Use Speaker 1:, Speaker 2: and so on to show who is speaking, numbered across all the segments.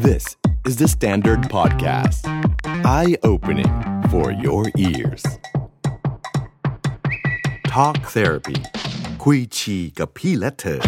Speaker 1: This is the Standard Podcast. Eye opening for your ears. Talk therapy. คุยชีกับพี่และเธอ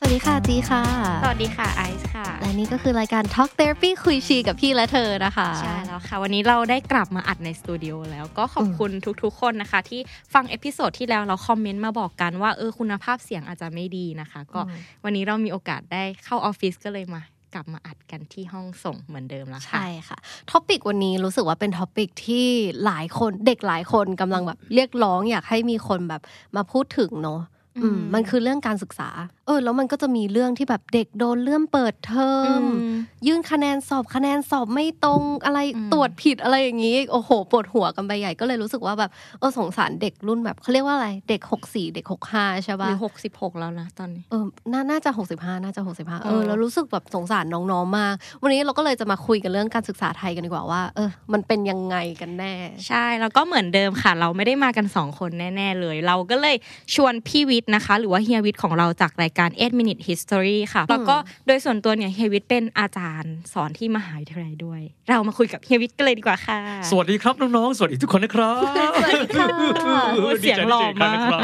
Speaker 2: สวัสดีค่ะจีค่ะ
Speaker 3: สวัสดีค่ะไอซ์ค่ะ
Speaker 2: และนี่ก็คือรายการ Talk Therapy คุยชีกับพี่และเธอนะคะ
Speaker 3: ใช่แล้วค่ะ วันนี้เราได้กลับมาอัดในสตูดิโอแล้วก็ขอบคุณทุกๆ คนนะคะ ที่ฟังเอพิโซดที่แล้วเราคอมเมนต์มาบอกกันว่าเออคุณภาพเสียงอาจจะไม่ดีนะคะ ก็
Speaker 2: อืม
Speaker 3: วันนี้เรามีโอกาสได้เข้าออฟฟิศก็เลยมากลับมาอัดกันที่ห้องส่งเหมือนเดิมแล้วค่ะ
Speaker 2: ใช่ค่ะ ท็อปิกวันนี้รู้สึกว่าเป็นท็อปิกที่หลายคนเด็กหลายคนกำลังแบบเรียกร้องอยากให้มีคนแบบมาพูดถึงเนาะอืม
Speaker 3: อืม
Speaker 2: มันคือเรื่องการศึกษา เออ แล้วมันก็จะมีเรื่องที่แบบเด็กโดนเลื่อนเปิดเทอ
Speaker 3: อื
Speaker 2: ม
Speaker 3: ม
Speaker 2: ยื่นคะแนนสอบคะแนนสอบไม่ตรงอะไร
Speaker 3: อืม
Speaker 2: ตรวจผิดอะไรอย่างนี้โอ้โหปวดหัวกันไปใหญ่ก็เลยรู้สึกว่าแบบเออสงสารเด็กรุ่นแบบเขาเรียกว่าอะไรเด็กหกสี่เด็กหกห้าใช่
Speaker 3: ห
Speaker 2: ปะ
Speaker 3: รือหกสิบหกแล้วนะตอนนี้
Speaker 2: เออน่าน่าจะ 65 น่าจะ 65 เอ
Speaker 3: เอ
Speaker 2: อ
Speaker 3: อ
Speaker 2: แล้วรู้สึกแบบสงสารน้องๆ มาก วันนี้เราก็เลยจะมาคุยกันเรื่องการศึกษาไทยกันดีกว่าว่า เออ มันเป็นยังไงกันแน่
Speaker 3: ใช่แล้วก็เหมือนเดิมค่ะ เราไม่ได้มากัน 2 คนแน่ ๆ เลย เราก็เลยชวนพี่วิทย์นะคะ หรือว่าเฮียวิทย์ของเราจากรายการ8 minute history ค่ะ แล้วก็โดยส่วนตัวเนี่ยเฮียวิทย์เป็นอาจารย์สอนที่มหาวิทยาลัยด้วย เรามาคุยกับเฮียวิทย์กันเลยดีกว่าค่ะ
Speaker 4: สวัสดีครับน้องๆ สวัสดีทุกคนนะครับ
Speaker 2: สวัสดีค่ะ
Speaker 3: เสียงหล่อมาก
Speaker 4: ดีใจที่เจนครับ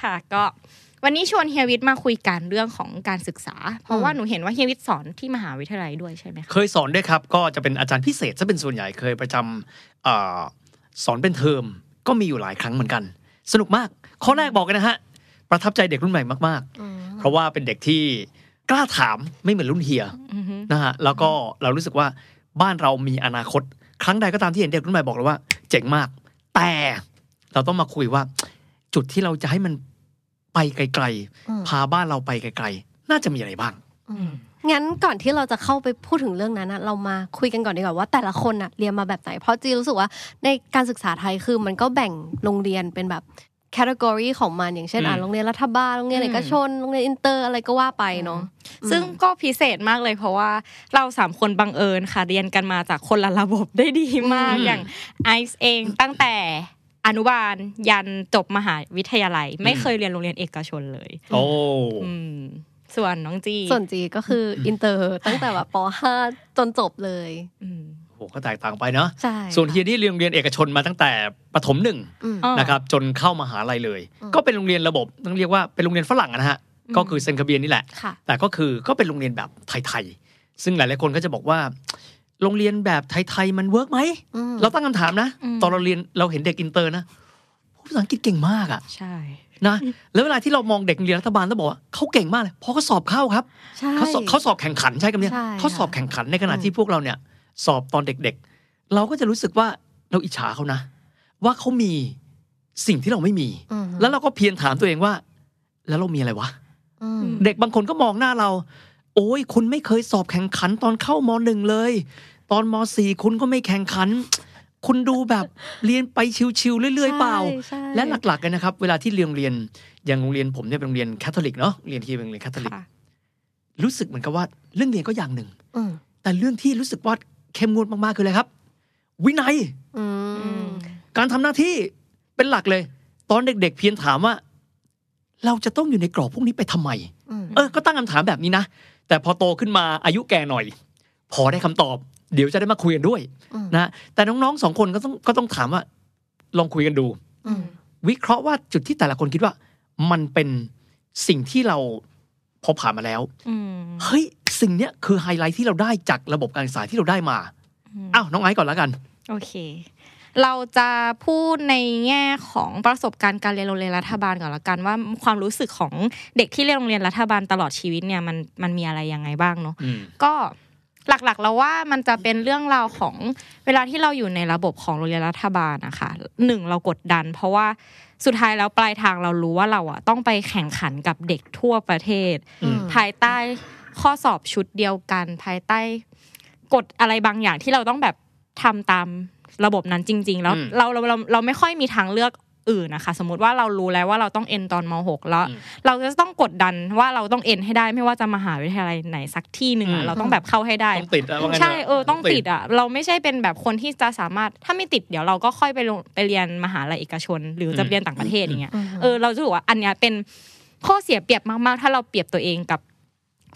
Speaker 3: ค่ะก็วันนี้ชวนเฮียวิทย์มาคุยกันเรื่องของการศึกษา เพราะว่าหนูเห็นว่าเฮียวิทย์สอนที่มหาวิทยาลัยด้วยใช่ไหมคะ
Speaker 4: เคยสอนด้วยครับ ก็จะเป็นอาจารย์พิเศษซะเป็นส่วนใหญ่เคยประจำเอ่อสอนเป็นเทอม ก็มีอยู่หลายครั้งเหมือนกัน สนุกมาก ข้อแรกบอกกันนะฮะ ประทับใจเด็กรุ่นใหม่มาก
Speaker 2: อืม
Speaker 4: ๆ เพราะว่าเป็นเด็กที่กล้าถามไม่เหมือนรุ่นเฮีย
Speaker 3: อือฮึ
Speaker 4: นะฮะแล้วก็เรารู้สึกว่าบ้านเรามีอนาคต ครั้งใดก็ตามที่เห็นเด็กรุ่นใหม่บอกเราว่า เจ๋งมาก แต่เราต้องมาคุยว่า จุดที่เราจะให้มันไปไกล
Speaker 2: อืม
Speaker 4: ๆ พาบ้านเราไปไกลๆ น่าจะมีอะไรบ้าง
Speaker 2: อืมงั้นก่อนที่เราจะเข้าไปพูดถึงเรื่องนั้นนะเรามาคุยกันก่อนดีกว่าว่าแต่ละคนอะเรียนมาแบบไหน เพราะจีรู้สึกว่าในการศึกษาไทยคือมันก็แบ่งโรงเรียนเป็นแบบแคตตากรีของมันอย่างเช่นอ่ะ
Speaker 4: อืม
Speaker 2: โรงเรียนรัฐบาลโรงเรียนเอกชนโรงเรียนอินเตอร์อะไรก็ว่าไปเนาะ
Speaker 3: ซึ่งก็พิเศษมากเลยเพราะว่าเราสามคนบังเอิญค่ะ เรียนกันมาจากคนละระบบได้ดีมากอย่าง ไอซ์เองตั้งแต่อนุบาลยันจบมหาวิทยาลัย ไม่เคยเรียนโรงเรียนเอกชนเลย
Speaker 4: โอ้
Speaker 3: อืมส่วนน้องจี
Speaker 2: ส่วนจีก็คืออินเตอร์ตั้งแต่แบบป .5 จนจบเลย
Speaker 3: อืม
Speaker 4: โห ก็แตกต่างไปเนาะ
Speaker 2: ใช่
Speaker 4: ส่วนเฮี
Speaker 2: ค่ะ
Speaker 4: ยนี่เรียนโรงเรียนเอกชนมาตั้งแต่ประถมหนึ่ง
Speaker 2: อืม
Speaker 3: อ้อ
Speaker 4: นะครับ จนเข้ามหาลัยเลย
Speaker 2: อืม
Speaker 4: ก็เป็นโรงเรียนระบบต้องเรียกว่าเป็นโรงเรียนฝรั่งอะนะฮะ
Speaker 3: อืม
Speaker 4: ก็คือเซนคาเบียนนี่แหละ
Speaker 2: ค่ะ
Speaker 4: แต่ก็คือก็เป็นโรงเรียนแบบไทยๆ ซึ่งหลายๆคนก็จะบอกว่า โรงเรียนแบบไทยๆ มันเวิร์กไหม
Speaker 2: อืม
Speaker 4: เราตั้งคำถามนะ
Speaker 3: อืม
Speaker 4: ตอนเราเรียนเราเห็นเด็กอินเตอร์นะพูดภาษาอังกฤษเก่งมากอะ
Speaker 3: ใช่
Speaker 4: นะแล้วเวลาที่เรามองเด็กเรียนรัฐบาลต้องบอกว่าเขาเก่งมากเลยเพราะเขาสอบเข้าครับ
Speaker 2: ใช่
Speaker 4: เขาสอบเขาสอบแข่งขันใช่คำเนี้ย
Speaker 2: ใช่
Speaker 4: เขาสอบแข่งขันในขณะ
Speaker 2: อืม
Speaker 4: ที่พวกเราเนี่ย สอบตอนเด็กๆ เราก็จะรู้สึกว่าเราอิจฉาเขานะ ว่าเขามีสิ่งที่เราไม่มี
Speaker 2: อืม
Speaker 4: แล้วเราก็เพียรถามตัวเองว่า แล้วเรามีอะไรวะ
Speaker 2: อืม
Speaker 4: เด็กบางคนก็มองหน้าเรา โอ้ย คุณไม่เคยสอบแข่งขันตอนเข้ามหนึ่งเลย ตอนมสี่คุณก็ไม่แข่งขัน คุณดูแบบ เรียนไปชิวๆเรื่อยๆเปล่า
Speaker 2: ใช่ใช่
Speaker 4: และหลักๆกันนะครับ เวลาที่เรียนโรงเรียนอย่างโรงเรียนผมเนี่ยเป็นโรงเรียนแคทอลิกเนาะเรียนที่เป็นโรงเรียนแคทอลิก
Speaker 3: ค่ะ
Speaker 4: รู้สึกเหมือนกับว่าเรื่องเรียนก็อย่างหนึ่ง
Speaker 2: อืม
Speaker 4: แต่เรื่องที่รู้สึกว่าเข้มงวดมากๆคืออะไรครับ วินัย
Speaker 2: อืม
Speaker 4: การทำหน้าที่เป็นหลักเลย ตอนเด็ก ๆ เพียงถามว่า เราจะต้องอยู่ในกรอบพวกนี้ไปทำไม
Speaker 2: อืม
Speaker 4: เออ ก็ตั้งคำถามแบบนี้นะ แต่พอโตขึ้นมาอายุแก่หน่อย พอได้คำตอบ เดี๋ยวจะได้มาคุยกันด้วย
Speaker 2: อืม
Speaker 4: นะ แต่น้องๆสองคนก็ต้องก็ต้องถามว่า ลองคุยกันดู
Speaker 2: อืม
Speaker 4: วิเคราะห์ว่าจุดที่แต่ละคนคิดว่า มันเป็นสิ่งที่เราพอผ่านมาแล้ว
Speaker 3: อืม
Speaker 4: เฮ้ย สิ่งเนี้ยคือไฮไลท์ที่เราได้จากระบบการศึกษาที่เราได้มา อ้าว น้องไอซ์ก่อนแล้วกัน
Speaker 3: โอเค เราจะพูดในแง่ของประสบการณ์การเรียนโรงเรียนรัฐบาลก่อนละกันว่าความรู้สึกของเด็กที่เรียนโรงเรียนรัฐบาลตลอดชีวิตเนี่ยมันมันมีอะไรยังไงบ้างเนาะ
Speaker 4: อืม
Speaker 3: ก็หลักๆ แล้วว่ามันจะเป็นเรื่องราวของเวลาที่เราอยู่ในระบบของโรงเรียนรัฐบาลนะคะหนึ่งเรากดดัน เพราะว่าสุดท้ายแล้วปลายทางเรารู้ว่าเราอะต้องไปแข่งขันกับเด็กทั่วประเทศ
Speaker 4: อืม
Speaker 3: ภายใต้ข้อสอบชุดเดียวกัน ภายใต้กฎอะไรบางอย่างที่เราต้องแบบทำตามระบบนั้นจริง ๆ แล้ว
Speaker 4: อืม
Speaker 3: เราเราเราเราไม่ค่อยมีทางเลือกอื่นนะคะ สมมติว่าเรารู้แล้วว่าเราต้องเอ็นตอนม .6 แล้ว
Speaker 4: อืม
Speaker 3: เราจะต้องกดดันว่าเราต้องเอ็นให้ได้ไม่ว่าจะมหาวิทยาลัยไหนสักที่หนึ่ง
Speaker 4: อื
Speaker 3: อะ
Speaker 4: ม
Speaker 3: เราต้องแบบเข้าให้ได้
Speaker 4: ต้องติดอะว่างั้น
Speaker 3: ใช่
Speaker 4: ถะ
Speaker 3: เออต้องติดอ่ะ เราไม่ใช่เป็นแบบคนที่จะสามารถถ้าไม่ติดเดี๋ยวเราก็ค่อยไปลงไปเรียนมหาลัยเอกชน หรือจะไปเรียนต่างประเทศอย่างเงี้ย
Speaker 2: อืม
Speaker 3: เออเราจะรู้สึกว่าอันเนี้ยเป็น ข้อเสียเปรียบมากๆ ถ้าเราเปรียบตัวเองกับ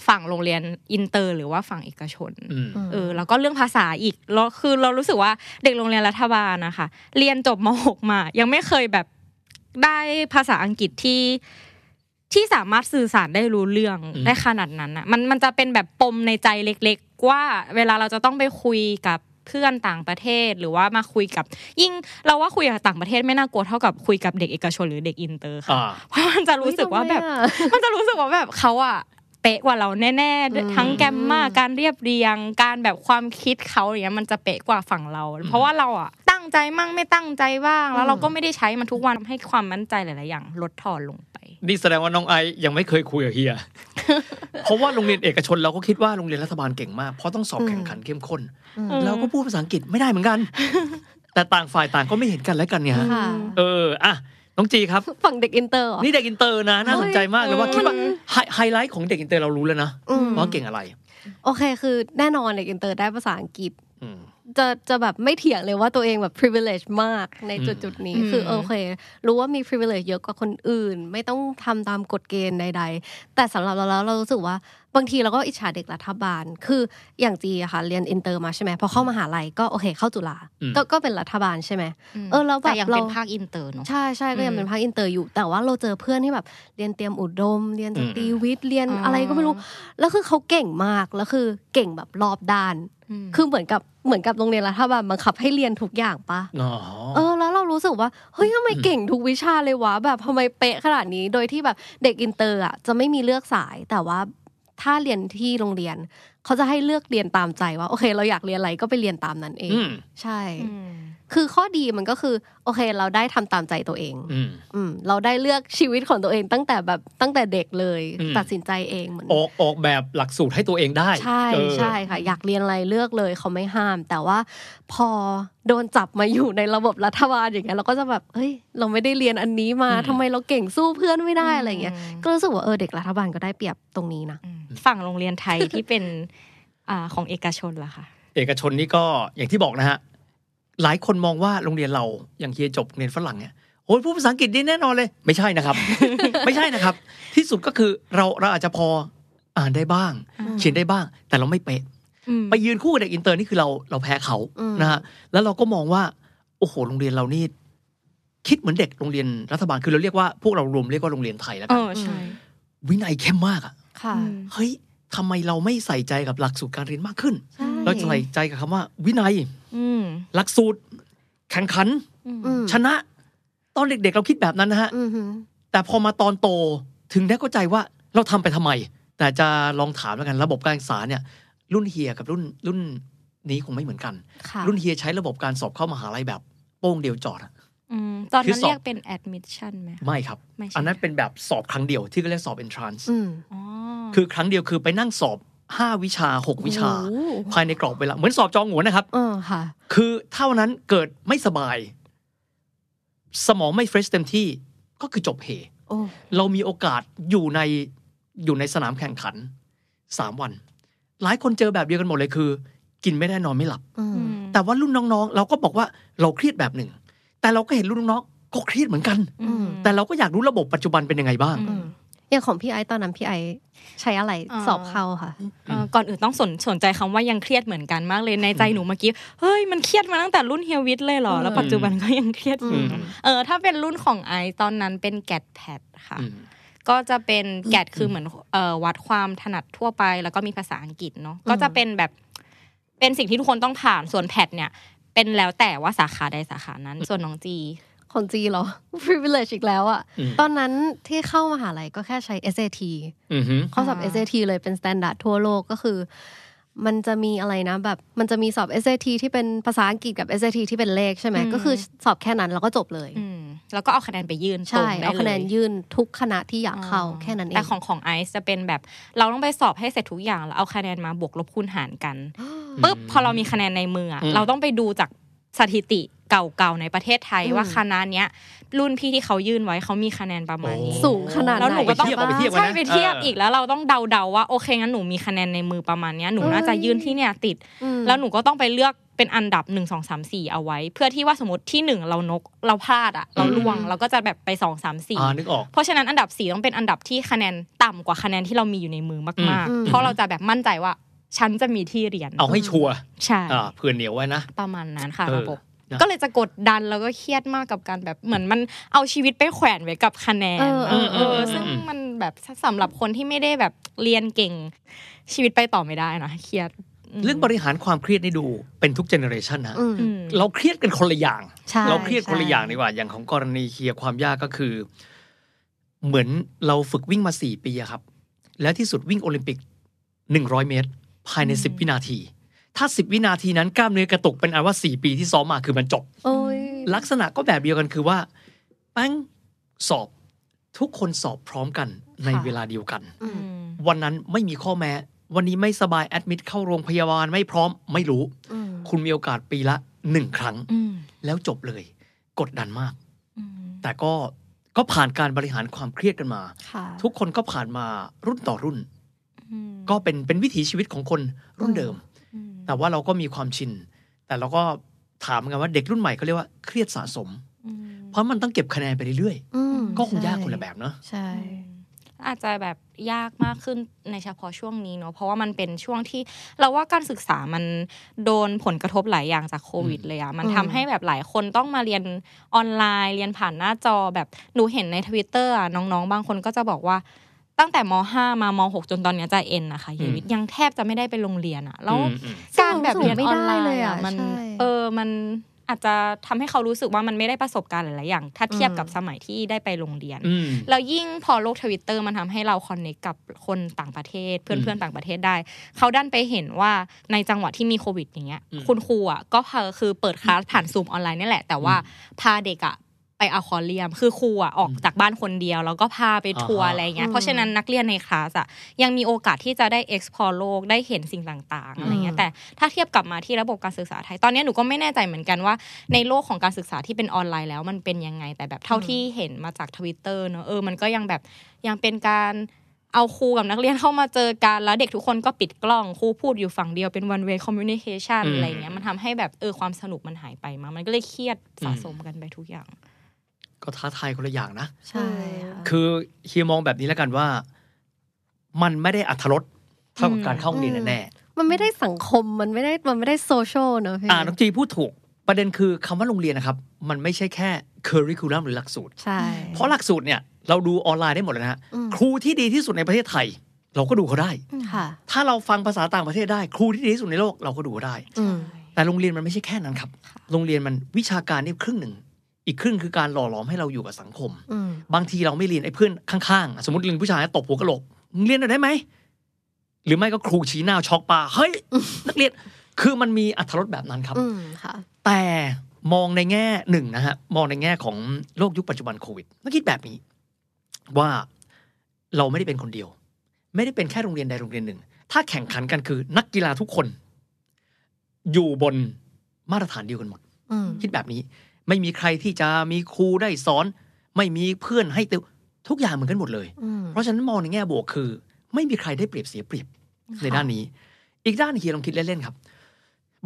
Speaker 3: ฝั่งโรงเรียนอินเตอร์ หรือว่าฝั่งเอกชน
Speaker 4: อืม
Speaker 3: เออแล้วก็เรื่องภาษาอีกแล้วคือเรารู้สึกว่าเด็กโรงเรียนรัฐบาลนะคะ เรียนจบม .6 มา ยังไม่เคยแบบได้ภาษาอังกฤษที่ที่สามารถสื่อสารได้รู้เรื่อง
Speaker 4: อืม
Speaker 3: ได้ขนาดนั้นอ่ะมันมันจะเป็นแบบปมในใจเล็กๆ ว่าเวลาเราจะต้องไปคุยกับเพื่อนต่างประเทศหรือว่ามาคุยกับ ยิ่งเราว่าคุยกับต่างประเทศไม่น่ากลัวเท่ากับคุยกับเด็กเอกชนหรือเด็กอินเตอร์ค่ะ
Speaker 4: อ่า
Speaker 3: เพราะมันจะรู้สึกว่าแบบ มันจะรู้สึกว่าแบบเขาอะเป๊ะกว่าเราแน่ๆด้วย
Speaker 2: อืม
Speaker 3: ทั้งแกรมมาการเรียบเรียง การแบบความคิดเขาอย่างเงี้ยมันจะเป๊ะกว่าฝั่งเรา เพราะว่าเราอะตั้งใจมั่งไม่ตั้งใจบ้าง แล้วเราก็ไม่ได้ใช้มันทุกวันทำให้ความมั่นใจหลายๆอย่างลดทอนลงไป
Speaker 4: นี่แสดงว่าน้องไอซ์ยังไม่เคยคุยกับเฮีย เพราะว่าโรงเรียนเอกชนเราก็คิดว่าโรงเรียนรัฐบาลเก่งมาก เพราะต้องสอบแข่งขันเข้มข้น
Speaker 3: อืม
Speaker 4: เราก็พูดภาษาอังกฤษไม่ได้เห มือนกัน แต่ต่างฝ่ายต่างก็ไม่เห็นกันและกันเนี่ย
Speaker 2: ค่ะ
Speaker 4: เอออ่ะน้องจีครับ
Speaker 2: ฝั่งเด็กอินเตอร์เหรอ
Speaker 4: นี่เด็กอินเตอร์นะน่าสนใจมากเลยว่า
Speaker 3: เฮ้ย
Speaker 4: คิดว่าไฮไฮไลท์ของเด็กอินเตอร์เรารู้แล้วนะ
Speaker 2: อืม
Speaker 4: ว่าเก่งอะไร
Speaker 2: โอเค คือแน่นอนเด็กอินเตอร์ได้ภาษาอังกฤษ
Speaker 4: อืม
Speaker 2: จะจะแบบไม่เถียงเลยว่าตัวเองแบบ privilege มากในจุดจุดๆนี้
Speaker 3: อืม
Speaker 2: คือโอเค รู้ว่ามี privilege เยอะกว่าคนอื่น ไม่ต้องทำตามกฎเกณฑ์ใด ๆ แต่สำหรับเราแล้วเรารู้สึกว่าบางทีเราก็อิจฉาเด็กรัฐบาล คืออย่างจีอะค่ะเรียนอินเตอร์มาใช่ไหมพอเข้ามหาลัยก็โอเคเข้าจุฬา
Speaker 4: อืม
Speaker 2: ก็ก็เป็นรัฐบาลใช่ไหม เออแล้วแบบ
Speaker 3: ต่ยังเป็นภาคอินเตอร์เนาะ
Speaker 2: ใช่ใช่ก็ยังเป็นภาคอินเตอร์อยู่ แต่ว่าเราเจอเพื่อนที่แบบเรียนเตรียมอุดม เรียนสตรีวิทย์เรียน
Speaker 3: อ๋ออ
Speaker 2: อะไรก็ไม่รู้ แล้วคือเขาเก่งมากแล้วคือเก่งแบบรอบด้าน
Speaker 3: ม
Speaker 2: คือเหมือนกับเหมือนกับโรงเรียนรัฐบาลบังคับให้เรียนทุกอย่างปะ
Speaker 4: อ๋อ
Speaker 2: เออแล้วเรารู้สึกว่าเฮ้ยทำไมเก่งทุกวิชาเลยวะแบบทำไมเป๊ะขนาดนี้โดยที่แบบเด็กอินเตอร์อ่ะจะไม่มีเลือกสายแต่ว่าถ้าเรียนที่โรงเรียน เขาจะให้เลือกเรียนตามใจว่าโอเค เราอยากเรียนอะไรก็ไปเรียนตามนั้นเอง
Speaker 4: อืม
Speaker 2: ใช่ คือข้อดีมันก็คือโอเค เราได้ทำตามใจตัวเอง
Speaker 4: อืม
Speaker 2: อืมเราได้เลือกชีวิตของตัวเองตั้งแต่แบบตั้งแต่เด็กเลย
Speaker 4: อืม
Speaker 2: ตัดสินใจเองเหมือน
Speaker 4: ออกออกแบบหลักสูตรให้ตัวเองได้
Speaker 2: ใช่
Speaker 4: เออ
Speaker 2: ใช่ค่ะ อยากเรียนอะไรเลือกเลยเขาไม่ห้าม แต่ว่าพอโดนจับมาอยู่ในระบบรัฐบาลอย่างเงี้ยเราก็จะแบบเฮ้ย เราไม่ได้เรียนอันนี้มา
Speaker 4: อืม
Speaker 2: ทำไมเราเก่งสู้เพื่อนไม่ได้อะไรเงี้ย
Speaker 3: อืม
Speaker 2: ก็รู้สึกว่าเออเด็กรัฐบาลก็ได้เปรียบตรงนี้นะ
Speaker 3: อืมฝั่งโรงเรียนไทยที่เป็นอ่าของเอกชนล่ะค่ะ
Speaker 4: เอกชนนี่ก็อย่างที่บอกนะฮะ หลายคนมองว่าโรงเรียนเราอย่างเฮียจบโรงเรียนฝรั่งเนี่ยโอ้ยพูดภาษาอังกฤษได้แน่นอนเลย ไม่ใช่ นะครับ ไม่ใช่นะครับ ที่สุดก็คือเราเราอาจจะพออ่านได้บ้าง เขียนได้บ้าง แต่เราไม่เป๊ะ
Speaker 3: อืม
Speaker 4: ไปยืนคู่กับเด็กอินเตอร์นี่คือเราเราแพ้เขา
Speaker 2: อืม
Speaker 4: นะฮะแล้วเราก็มองว่า โอ้โหโรงเรียนเรานี่ คิดเหมือนเด็กโรงเรียนรัฐบาลคือเราเรียกว่าพวกเรารวมเรียกว่าโรงเรียนไทยแล้ว
Speaker 3: เอ
Speaker 4: กัน
Speaker 3: อใช่
Speaker 4: วินัยเข้มมากอะ
Speaker 2: ค่ะ
Speaker 3: อืม
Speaker 4: เฮ้ยทำไมเราไม่ใส่ใจกับหลักสูตรการเรียนมากขึ้น
Speaker 2: ใช่
Speaker 4: เราใส่ใจกับคำว่า วินัย
Speaker 3: อืม
Speaker 4: หลักสูตร แข่งขัน
Speaker 3: อืม
Speaker 2: อืม
Speaker 4: ชนะ ตอนเด็กๆ เราคิดแบบนั้นนะฮะ
Speaker 2: อืมฮึ
Speaker 4: แต่พอมาตอนโตถึงได้เข้าใจว่าเราทำไปทำไม แต่จะลองถามแล้วกันระบบการศึกษาเนี่ย รุ่นเฮียกับรุ่นรุ่นนี้คงไม่เหมือนกัน
Speaker 2: ค่ะ
Speaker 4: รุ่นเฮียใช้ระบบการสอบเข้ามหาลัยแบบ โป้งเดียวจอดอะ
Speaker 3: อืมตอน
Speaker 4: คื
Speaker 3: นั้
Speaker 4: อน สอบ
Speaker 3: เรียกเป็น admission ไหมคะ
Speaker 4: ไม่ครับ
Speaker 3: ไม่ใช่
Speaker 4: อันนั้นเป็นแบบสอบครั้งเดียวที่เขาเรียกสอบ entrance
Speaker 2: อืม
Speaker 3: อ๋อ
Speaker 4: คือครั้งเดียวคือไปนั่งสอบ 5 วิชา 6 วิชา
Speaker 2: โอ้โห
Speaker 4: ภายในกรอบเวลาเหมือนสอบจองหัวนนะครับ
Speaker 2: เออค่ะ
Speaker 4: คือเท่านั้นเกิดไม่สบาย สมองไม่เฟรชเต็มที่ก็คือจบเห
Speaker 2: โอ้
Speaker 4: เรามีโอกาสอยู่ในอยู่ในสนามแข่งขันสามวัน หลายคนเจอแบบเดียวกันหมดเลยคือ กินไม่ได้นอนไม่หลับ
Speaker 2: อืม
Speaker 3: อืม
Speaker 4: แต่ว่ารุ่นน้องๆ เราก็บอกว่าเราเครียดแบบหนึ่ง แต่เราก็เห็นรุ่นน้องๆก็เครียดเหมือนกัน
Speaker 3: อืม
Speaker 4: แต่เราก็อยากรู้ระบบปัจจุบันเป็นยังไงบ้าง
Speaker 3: อื
Speaker 2: อืมอย่างของพี่ไอซ์ตอนนั้นพี่ไอซ์ใช้อะไร
Speaker 3: อ่า
Speaker 2: สอบเข้าค่ะ
Speaker 3: เอ่อก่อนอื่นต้องสนสนใจคำว่ายังเครียดเหมือนกันมากเลยในใจหนูเมื่อกี้เฮ้ยมันเครียดมาตั้งแต่รุ่นเฮียวิทย์เลยเหรอ แล้ว
Speaker 2: อืม
Speaker 3: ปัจจุบันก็ยังเครียดอยู่
Speaker 4: อืม
Speaker 3: เออถ้าเป็นรุ่นของไอซ์ตอนนั้นเป็นแกดแพดค่ะ
Speaker 4: อืม
Speaker 3: ก็จะเป็นแกดคือเหมือนเอ่อวัดความถนัดทั่วไป แล้วก็มีภาษาอังกฤษเนาะก็จะเป็นแบบเป็นสิ่งที่ทุกคนต้องผ่านส่วนแพดเนี่ย เป็นแล้วแต่ว่าสาขาใดสาขานั้น ส่วนน้องจี
Speaker 2: ของจีเหรอ privilege อีกแล้วอะ
Speaker 4: อืม
Speaker 2: ตอนนั้นที่เข้ามหาลัยก็แค่ใช้ SAT
Speaker 4: อือหือ
Speaker 2: ข้อสอบ SAT เลยเป็น standard ทั่วโลกก็คือ มันจะมีอะไรนะแบบมันจะมีสอบ SAT ที่เป็นภาษาอังกฤษกับ SAT ที่เป็นเลขใช่ไหม
Speaker 3: อืม
Speaker 2: ก็คือสอบแค่นั้นแล้วก็จบเลย
Speaker 3: อืมแล้วก็เอาคะแนนไปยื่นตร
Speaker 2: ใช่
Speaker 3: งได้
Speaker 2: เอาคะแนน
Speaker 3: ลย
Speaker 2: ยื่นทุกคณะที่อยากเข้าแค่นั้นเอง
Speaker 3: แต่ของของไอซ์จะเป็นแบบเราต้องไปสอบให้เสร็จทุกอย่างแล้วเอาคะแนนมาบวกลบคูณหารกันปุ๊บพอเรามีคะแนนในมืออะ
Speaker 4: อืม
Speaker 3: เราต้องไปดูจากสถิติ เก่าๆในประเทศไทย
Speaker 2: อืม
Speaker 3: ว่าคณะเนี้ยรุ่นพี่ที่เขายื่นไว้เขามีคะแนนประมาณนี้
Speaker 2: สูงขนาดไหน
Speaker 3: แล้วหนูก็ต้อง
Speaker 4: ไปเทียบกันนะ
Speaker 3: ใช่ไปเทียบ
Speaker 4: เอออี
Speaker 3: อีกแล้วเราต้องเดาๆว่าโอเคงั้นหนูมีคะแนนในมือประมาณเนี้ยหนูน่าจะยื่นที่เนี่ยติด
Speaker 2: อืม
Speaker 3: แล้วหนูก็ต้องไปเลือกเป็นอันดับหนึ่งสองสามสี่เอาไว้ เพื่อที่ว่าสมมติที่หนึ่งเรานกเราพลาดอะเราล่วงเราก็จะแบบไปสองสามสี่
Speaker 4: อ่านึกออก
Speaker 3: เพราะฉะนั้นอันดับสี่ต้องเป็นอันดับที่คะแนนต่ำกว่าคะแนนที่เรามีอยู่ในมือมาก
Speaker 2: อืม
Speaker 3: ๆ เพราะเราจะแบบมั่นใจว่า ฉันจะมีที่เรียน
Speaker 4: เอาให้ชัวร์
Speaker 3: ใช่
Speaker 4: อ่าเผื่อเหนียวไว้นะ
Speaker 3: ประมาณนั้นค่ะ
Speaker 4: เออ
Speaker 3: ระบบ
Speaker 4: นะ
Speaker 3: ก็เลยจะกดดันแล้วก็เครียดมากกับการแบบเหมือนมันเอาชีวิตไปแขวนไว้กับคะแนน
Speaker 2: เออเออ
Speaker 3: เอ
Speaker 2: เอ
Speaker 3: อ
Speaker 2: อ
Speaker 3: ซึ่งมันแบบสำหรับคนที่ไม่ได้แบบเรียนเก่ง ชีวิตไปต่อไม่ได้นะเครียดม
Speaker 4: เรื่องบริหารความเครียดนี่ดูเป็นทุกเจเนอเรชันนะ
Speaker 2: อืม
Speaker 3: อืม
Speaker 4: เราเครียดกันคนละอย่าง
Speaker 2: ใช่
Speaker 4: เราเครียดคนละอย่าง
Speaker 2: ใช่
Speaker 4: ดีกว่าอย่างของกรณีเคลียร์ความยากก็คือ เหมือนเราฝึกวิ่งมาสี่ปีอะครับ แล้วที่สุดวิ่งโอลิมปิกหนึ่งร้อยเมตร ภายใน
Speaker 3: อืม
Speaker 4: สิบวินาที ถ้าสิบวินาทีนั้นกล้ามเนื้อกระตุกเป็นอันว่าสี่ปีที่ซ้อมมาคือมันจบ
Speaker 2: โอ้ย
Speaker 4: ลักษณะก็แบบเดียวกันคือว่าแป้งสอบทุกคนสอบพร้อมกันใน
Speaker 2: ค่ะ
Speaker 4: เวลาเดียวกัน
Speaker 2: อืม
Speaker 4: วันนั้นไม่มีข้อแม้ วันนี้ไม่สบายแอดมิดเข้าโรงพยาบาลไม่พร้อมไม่รู้
Speaker 2: อืม
Speaker 4: คุณมีโอกาสปีละหนึ่งครั้ง
Speaker 3: อืม
Speaker 4: แล้วจบเลย กดดันมาก
Speaker 3: อืม
Speaker 4: แต่ก็ก็ผ่านการบริหารความเครียดกันมา
Speaker 2: ค่ะ
Speaker 4: ทุกคนก็ผ่านมารุ่นต่อรุ่น
Speaker 3: อืม
Speaker 4: ก็เป็นเป็นวิถีชีวิตของคนรุ่นเดิม
Speaker 3: อืม
Speaker 4: แต่ว่าเราก็มีความชิน แต่เราก็ถามกันว่าเด็กรุ่นใหม่เขาเรียกว่าเครียดสะสม
Speaker 3: อืม
Speaker 4: เพราะมันต้องเก็บคะแนนไปเรื่อย
Speaker 2: อืม
Speaker 4: ๆ ก็คงยาก
Speaker 2: ใช่
Speaker 4: คนละแบบเนาะ
Speaker 2: ใช่
Speaker 3: อาจจะแบบยากมากขึ้นในเฉพาะช่วงนี้เนอะเพราะว่ามันเป็นช่วงที่เราว่าการศึกษามันโดนผลกระทบหลายอย่างจากโควิดเลยอะมัน
Speaker 2: อืม
Speaker 3: ทำให้แบบหลายคนต้องมาเรียนออนไลน์ เรียนผ่านหน้าจอแบบหนูเห็นในทวิตเตอร์อะน้องๆ บางคนก็จะบอกว่าตั้งแต่ม 5 มาม6จนตอนเนี้ยจะเอ็นนะคะเฮียวิทย์ยังแทบจะไม่ได้ไปโรงเรียนอะแล้ว
Speaker 4: อืมอืม
Speaker 3: การแบบเรียนออนไลน์
Speaker 2: ซึ่งเรารู้
Speaker 3: อะ
Speaker 2: สึกไม่ได้เลยอะ
Speaker 3: มัน
Speaker 2: ใช่
Speaker 3: เออมันอาจจะทำให้เขารู้สึกว่ามันไม่ได้ประสบการณ์หลายๆอย่าง ถ้าเทียบกับ
Speaker 2: อืม
Speaker 3: สมัยที่ได้ไปโรงเรียน
Speaker 4: อืม
Speaker 3: แล้วยิ่งพอโลกทวิตเตอร์มันทำให้เราคอนเนคกับคนต่างประเทศ เพื่อนเพื่อนต่างประเทศได้ เขาดันไปเห็นว่าในจังหวะที่มีโควิดอย่างเงี้ย
Speaker 4: อืม
Speaker 3: คุณครูอ่ะก็พาคือเปิดคลาสผ่านซูมออนไลน์นี่แหละ แต่ว่าพาเด็กอ่ะไปอะคอเรียม คือครูอ่ะออก
Speaker 4: อืม
Speaker 3: จากบ้านคนเดียว แล้วก็พาไปทัวร์
Speaker 4: อ่าฮะ
Speaker 3: อะไรเงี้ย
Speaker 2: อืม
Speaker 3: เพราะฉะนั้นนักเรียนในคลาสอ่ะยังมีโอกาสที่จะได้ explore โลกได้เห็นสิ่งต่างๆอะไรเงี้ยแต่ถ้าเทียบกลับมาที่ระบบการศึกษาไทยตอนเนี้ยหนูก็ไม่แน่ใจเหมือนกันว่า ในโลกของการศึกษาที่เป็นออนไลน์แล้วมันเป็นยังไง แต่แบบเท่าที่เห็นมาจากทวิตเตอร์เนอะเออมันก็ยังแบบยังเป็นการเอาครูกับนักเรียนเข้ามาเจอกัน แล้วเด็กทุกคนก็ปิดกล้องครูพูดอยู่ฝั่งเดียวเป็น one way communication
Speaker 4: อืม
Speaker 3: อะไรเงี้ยมันทำให้แบบเออความสนุกมันหายไปมามันก็เลยเครียดสะสมกันไปทุกอย่าง
Speaker 4: ก็ท้าทายคนละอย่างนะ
Speaker 2: ใช่ค่ะ
Speaker 4: คือเฮียมองแบบนี้แล้วกันว่า มันไม่ได้อัธรสเท่ากับการเข้าโรงเรียนแน่ๆ
Speaker 2: มันไม่ได้สังคมมันไม่ได้มันไม่ได้โซเชียลเนอะพี่
Speaker 4: อ่าน้องจีพูดถูกประเด็นคือคำว่าโรงเรียนนะครับ มันไม่ใช่แค่ curriculum หรือหลักสูตร
Speaker 2: ใช่
Speaker 4: เพราะหลักสูตรเนี่ย เราดูออนไลน์ได้หมดเลยนะฮะ
Speaker 2: อืม
Speaker 4: ครูที่ดีที่สุดในประเทศไทย เราก็ดูเขาได้
Speaker 2: ค่ะ
Speaker 4: ถ้าเราฟังภาษาต่างประเทศได้ ครูที่ดีที่สุดในโลกเราก็ดูเขาได้
Speaker 2: อืม
Speaker 4: แต่โรงเรียนมันไม่ใช่แค่นั้นครับ โรงเรียนมันวิชาการนี่ครึ่งหนึ่ง อีกครึ่งคือการหล่อหลอมให้เราอยู่กับสังคม
Speaker 2: อืม
Speaker 4: บางทีเราไม่เรียนไอ้เพื่อนข้างๆ สมมติเรียนผู้ชายตบหัวกะโหลกมึงเรียนหน่อยได้ไหม หรือไม่ก็ครูชี้หน้าช็อกปลาเฮ้ยนักเรียนคือมันมีอัธรสแบบนั้นครับ
Speaker 2: อืม ค่ะ
Speaker 4: แต่มองในแง่หนึ่งนะฮะ มองในแง่ของโลกยุคปัจจุบันโควิดต้องคิดแบบนี้ ว่าเราไม่ได้เป็นคนเดียว ไม่ได้เป็นแค่โรงเรียนใดโรงเรียนหนึ่ง ถ้าแข่งขันกันคือนักกีฬาทุกคน อยู่บนมาตรฐานเดียวกันหมด
Speaker 2: อืม
Speaker 4: คิดแบบนี้ ไม่มีใครที่จะมีครูได้สอน ไม่มีเพื่อนให้ติวทุกอย่างเหมือนกันหมดเลย
Speaker 2: อืม
Speaker 4: เพราะฉะนั้นมองในแง่บวกคือ ไม่มีใครได้เปรียบเสียเปรียบในด้านนี้ อีกด้านเฮียลองคิดเล่นๆครับ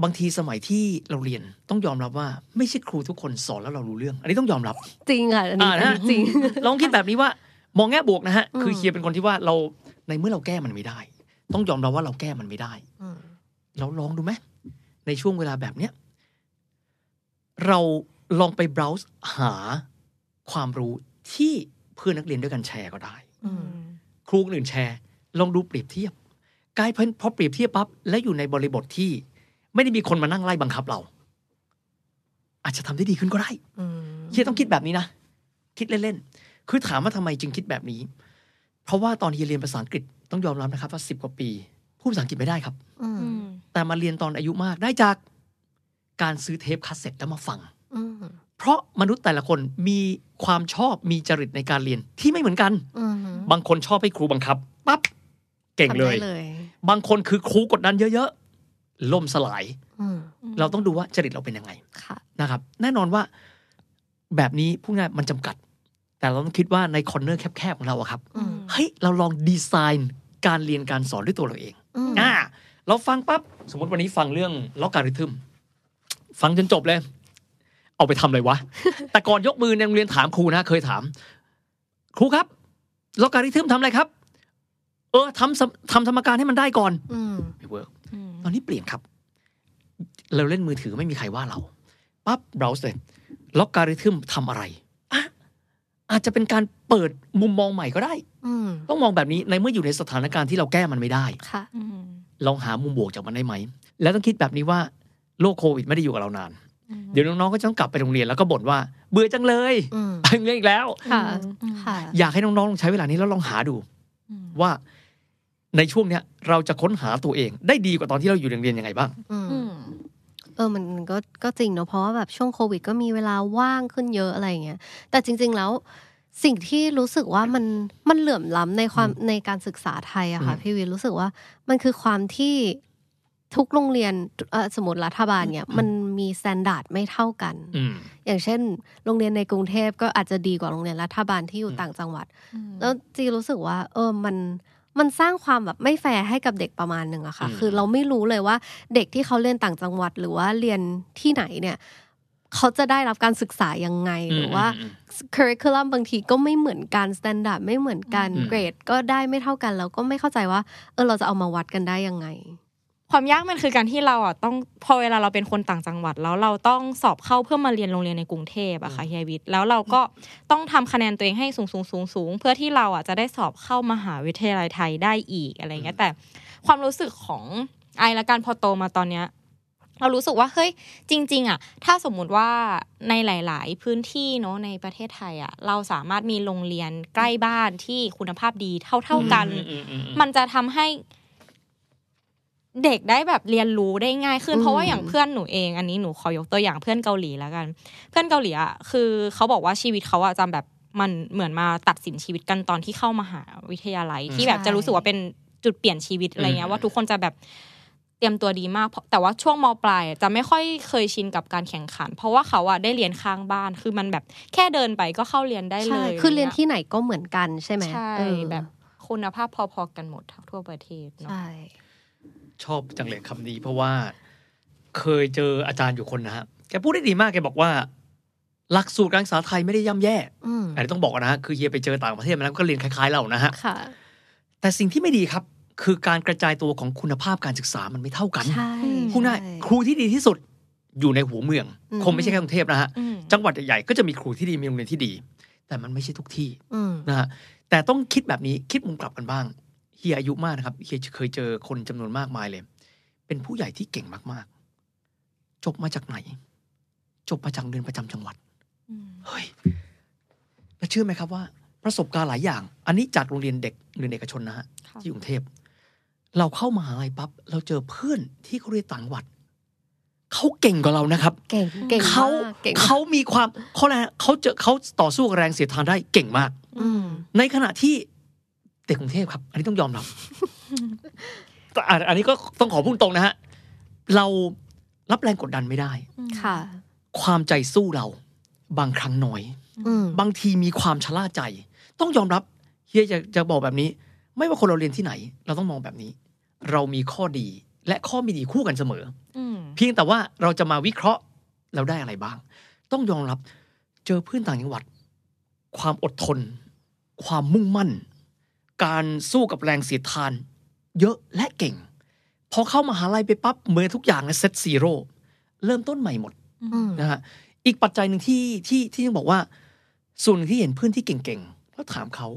Speaker 4: บางทีสมัยที่เราเรียนต้องยอมรับว่าไม่ใช่ครูทุกคนสอนแล้วเรารู้เรื่อง อันนี้ต้องยอมรับ
Speaker 2: จริงค่ะ อันนี้
Speaker 4: อ่า
Speaker 2: อัน
Speaker 4: นะ
Speaker 2: นี้จริง
Speaker 4: ลองคิดแบบนี้ว่า มองแง่บวกนะฮะ
Speaker 2: อืม
Speaker 4: คือเฮียเป็นคนที่ว่าเราในเมื่อเราแก้มันไม่ได้ ต้องยอมรับว่าเราแก้มันไม่ได้
Speaker 2: อืม
Speaker 4: เราลองดูไหมในช่วงเวลาแบบเนี้ยเราลองไป browse หาความรู้ที่เพื่อนนักเรียนด้วยกันแชร์ก็ได้
Speaker 2: อืม
Speaker 4: ครูคนอื่นแชร์ ลองดูเปรียบเทียบกลายเป็นพอเปรียบเทียบปั๊บและอยู่ในบริบทที่ ไม่ได้มีคนมานั่งไล่บังคับเรา อาจจะทำได้ดีขึ้นก็ได้
Speaker 2: อืม
Speaker 4: เฮียต้องคิดแบบนี้นะ คิดเล่นๆ คือถามว่าทำไมจึงคิดแบบนี้ เพราะว่าตอนเฮียเรียนภาษาอังกฤษต้องยอมรับนะครับว่าสิบกว่าปีพูดภาษาอังกฤษไม่ได้ครับ
Speaker 2: อืม
Speaker 4: แต่มาเรียนตอนอายุมากได้จากการซื้อเทปคาสเซ็ตแล้วมาฟัง
Speaker 2: อืม
Speaker 4: เพราะมนุษย์แต่ละคนมีความชอบมีจริตในการเรียนที่ไม่เหมือนกัน
Speaker 2: อืม
Speaker 4: บางคนชอบให้ครูบังคับปั๊บเก่ง
Speaker 2: ทำ
Speaker 4: เล
Speaker 2: ได้
Speaker 4: ย
Speaker 2: เลย
Speaker 4: บางคนคือครูกดดันเยอะๆ ล่มสลาย
Speaker 2: อืม
Speaker 4: เราต้องดูว่าจริตเราเป็นยังไง
Speaker 2: ค่ะ
Speaker 4: นะครับแน่นอนว่าแบบนี้พูดง่ายมันจำกัด แต่เราต้องคิดว่าในคอนเนอร์แคบๆ ของเราอะครับ
Speaker 2: อืม
Speaker 4: เฮ้ยเราลองดีไซน์การเรียนการสอนด้วยตัวเราเอง
Speaker 2: อืม
Speaker 4: อ่าเราฟังปั๊บสมมติวันนี้ฟังเรื่องล็อกการิทึมฟังจนจบเลย เอาไปทำอะไรวะ แต่ก่อนยกมือในโรงเรียนถามครูนะ เคยถาม ครูครับล็อกการิทึมทำอะไรครับ เออทำสมทำสมการให้มันได้ก่อน
Speaker 2: อืม
Speaker 4: ไม่เวิร์ก
Speaker 3: อืม
Speaker 4: ตอนนี้เปลี่ยนครับ เราเล่นมือถือไม่มีใครว่าเรา ปั๊บเบราว์เลยล็อกการิทึมทำอะไรอ่ะอาจจะเป็นการเปิดมุมมองใหม่ก็ได้
Speaker 2: อืม
Speaker 4: ต้องมองแบบนี้ในเมื่ออยู่ในสถานการณ์ที่เราแก้มันไม่ได้
Speaker 2: ค่ะ
Speaker 3: อืม
Speaker 4: ลองหามุมบวกจากมันได้ไหม แล้วต้องคิดแบบนี้ว่าโลกโควิดไม่ได้อยู่กับเรานาน
Speaker 3: อืม
Speaker 4: เดี๋ยวน้องๆ ก็จะต้องกลับไปโรงเรียนแล้วก็บ่นว่า เบื่อจังเลย
Speaker 2: อืม
Speaker 4: เรื่องอีกแล้ว
Speaker 2: ค่ะ
Speaker 3: อืม
Speaker 2: ค่ะ
Speaker 4: อยากให้น้องๆลองใช้เวลานี้แล้วลองหาดู
Speaker 3: อืม
Speaker 4: ว่าในช่วงเนี้ยเราจะค้นหาตัวเอง ได้ดีกว่าตอนที่เราอยู่โรงเรียนยังไงบ้าง
Speaker 2: อืม เออมันมันก็ก็จริงเนอะเพราะว่าแบบช่วงโควิดก็มีเวลาว่างขึ้นเยอะอะไรอย่างเงี้ยแต่จริง ๆแล้วสิ่งที่รู้สึกว่ามันมันเหลื่อมล้ำในความในการศึกษาไทยอะค่ะ
Speaker 4: อืม
Speaker 2: พี่วินรู้สึกว่ามันคือความที่ทุกโรงเรียนเอ่อสมมติรัฐบาลเนี่ยมันมีสแตนดาร์ดไม่เท่ากัน
Speaker 4: อืม
Speaker 2: อย่างเช่น โรงเรียนในกรุงเทพก็อาจจะดีกว่าโรงเรียนรัฐบาลที่อยู่
Speaker 4: อืม
Speaker 2: ต่างจังหวัด แล้วจีรู้สึกว่า เออมันมันสร้างความแบบไม่แฟร์ให้กับเด็กประมาณหนึ่งอะค่ะ
Speaker 4: อืม
Speaker 2: คือเราไม่รู้เลยว่าเด็กที่เขาเรียนต่างจังหวัด หรือว่าเรียนที่ไหนเนี่ย เขาจะได้รับการศึกษายังไงหรือว่า
Speaker 4: มม
Speaker 2: c u r r i c u l u m บางทีก็ไม่เหมือนกันสแตนดาร์ดไม่เหมือนกัน
Speaker 4: อืม
Speaker 2: เกรดก็ได้ไม่เท่ากันแล้วก็ไม่เข้าใจว่า เออเราจะเอามาวัดกันได้ยังไง
Speaker 3: ความยากมันคือการที่เราอ่ะต้องพอเวลาเราเป็นคนต่างจังหวัด แล้วเราต้องสอบเข้าเพื่อมาเรียนโรงเรียนในกรุงเทพอะค่ะเฮียวิทย์แล้วเราก็ต้องทำคะแนนตัวเองให้สูงสูงสูงสูงเพื่อที่เราอ่ะจะได้สอบเข้ามหาวิทยาลัยไทยได้อีกอะไรเงี้ยแต่ความรู้สึกของไอละกันพอโตมาตอนเนี้ยเรารู้สึกว่าเฮ้ยจริง ๆอะถ้าสมมุติว่าในหลาย ๆ พื้นที่เนาะในประเทศไทยอะเราสามารถมีโรงเรียนใกล้บ้านที่คุณภาพดีเท่า ๆกัน
Speaker 4: อืมอืมอืม
Speaker 3: มันจะทำให้เด็กได้แบบเรียนรู้ได้ง่ายขึ้น
Speaker 2: อืม
Speaker 3: เพราะว่าอย่างเพื่อนหนูเอง อันนี้หนูขอยกตัวอย่างเพื่อนเกาหลีแล้วกัน เพื่อนเกาหลีอ่ะคือเขาบอกว่าชีวิตเขาอะจำแบบมันเหมือนมาตัดสินชีวิตกันตอนที่เข้ามหาวิทยาลัย
Speaker 4: อืม
Speaker 3: ที่แบบจะรู้สึกว่าเป็นจุดเปลี่ยนชีวิตอะไรเงี้
Speaker 4: อื
Speaker 3: ย
Speaker 4: ม
Speaker 3: ว่าทุกคนจะแบบเตรียมตัวดีมากเพราะแต่ว่าช่วงมปลายอะจะไม่ค่อยเคยชินกับการแข่งขัน เพราะว่าเขาอะได้เรียนข้างบ้าน คือมันแบบแค่เดินไปก็เข้าเรียนได้เล
Speaker 2: ใช่
Speaker 3: ย
Speaker 2: คือเรียน
Speaker 3: ที่
Speaker 2: ที่ไหนก็เหมือนกันใช่ไหม
Speaker 3: ใช่
Speaker 2: เออ
Speaker 3: แบบคุณภาพพอๆกันหมดทั้งทั่วประเทศเนาะ
Speaker 2: ใช่
Speaker 4: ชอบจังเลยคำนี้เพราะว่าเคยเจออาจารย์อยู่คนนะฮะแกพูดได้ดีมากแกบอกว่า หลักสูตรการศึกษาไทยไม่ได้ย่ำแย่
Speaker 2: อืม
Speaker 4: อันนี้ต้องบอกก่อนนะฮะคือเฮียไปเจอต่างประเทศมาแล้วก็เรียนคล้ายๆเรานะฮะ
Speaker 2: ค่ะ
Speaker 4: แต่สิ่งที่ไม่ดีครับ คือการกระจายตัวของคุณภาพการศึกษามันไม่เท่ากัน
Speaker 2: ใช่
Speaker 4: พูดง่าย
Speaker 2: ใช่
Speaker 4: ครูที่ดีที่สุดอยู่ในหัวเมือง
Speaker 2: อืม
Speaker 4: คงไม่ใช่แค่กรุงเทพนะฮะ
Speaker 3: อืม
Speaker 4: จังหวัดใหญ่ๆก็จะมีครูที่ดีมีโรงเรียนที่ดี แต่มันไม่ใช่ทุกที่
Speaker 2: อืม
Speaker 4: นะฮะแต่ต้องคิดแบบนี้คิดมุมกลับกันบ้างเฮียอายุมากนะครับเฮียเคยเจอคนจำนวนมากมายเลย เป็นผู้ใหญ่ที่เก่งมากๆ จบมาจากไหน จบมาจากเรียนประจำจังหวัด
Speaker 3: อืม
Speaker 4: เฮ้ยแล้วเชื่อไหมครับว่า ประสบการณ์หลายอย่าง อันนี้จากโรงเรียนเด็กหรือเอกชนนะฮะ
Speaker 3: ค่ะ
Speaker 4: ที่กรุงเทพเราเข้ามหาลัยปั๊บเราเจอเพื่อนที่เขาเรียนต่างจังหวัดเขาเก่งกว่าเรานะครับ
Speaker 2: เก่งเก่งมก
Speaker 4: เขา
Speaker 2: ก่งมก
Speaker 4: เขามีความเขาแรงเขาเจอเขาต่อสู้กับแรงเสียดทานได้เก่งมาก
Speaker 2: อืม
Speaker 4: ในขณะที่เด็กกรุงเทพครับ อันนี้ต้องยอม รับ แต่อ่ะอันนี้ก็ต้องขอพูดตรงนะฮะ เรารับแรงกดดันไม่ได้
Speaker 2: ค่ะ
Speaker 4: ความใจสู้เรา บางครั้งน้อย
Speaker 2: อืม
Speaker 4: บางทีมีความชะล่าใจ ต้องยอมรับเฮียจะจะบอกแบบนี้ ไม่ว่าคนเราเรียนที่ไหน เราต้องมองแบบนี้ เรามีข้อดีและข้อไม่ดีคู่กันเสมอ
Speaker 3: อืม
Speaker 4: เพียงแต่ว่าเราจะมาวิเคราะห์เราได้อะไรบ้าง ต้องยอมรับเจอเพื่อนต่างจังหวัด ความอดทน ความมุ่งมั่น การสู้กับแรงเสียดทาน เยอะและเก่ง พอเข้ามหาลัยไปปั๊บเหมื่อนทุกอย่างเซตซีโร่เริ่มต้นใหม่หมด
Speaker 2: อืม
Speaker 4: นะฮะอีกปัจจัยหนึ่งที่ที่ที่ต้องบอกว่า ส่วนหนึ่งที่เห็นเพื่อนที่เก่งๆแล้วถามเขา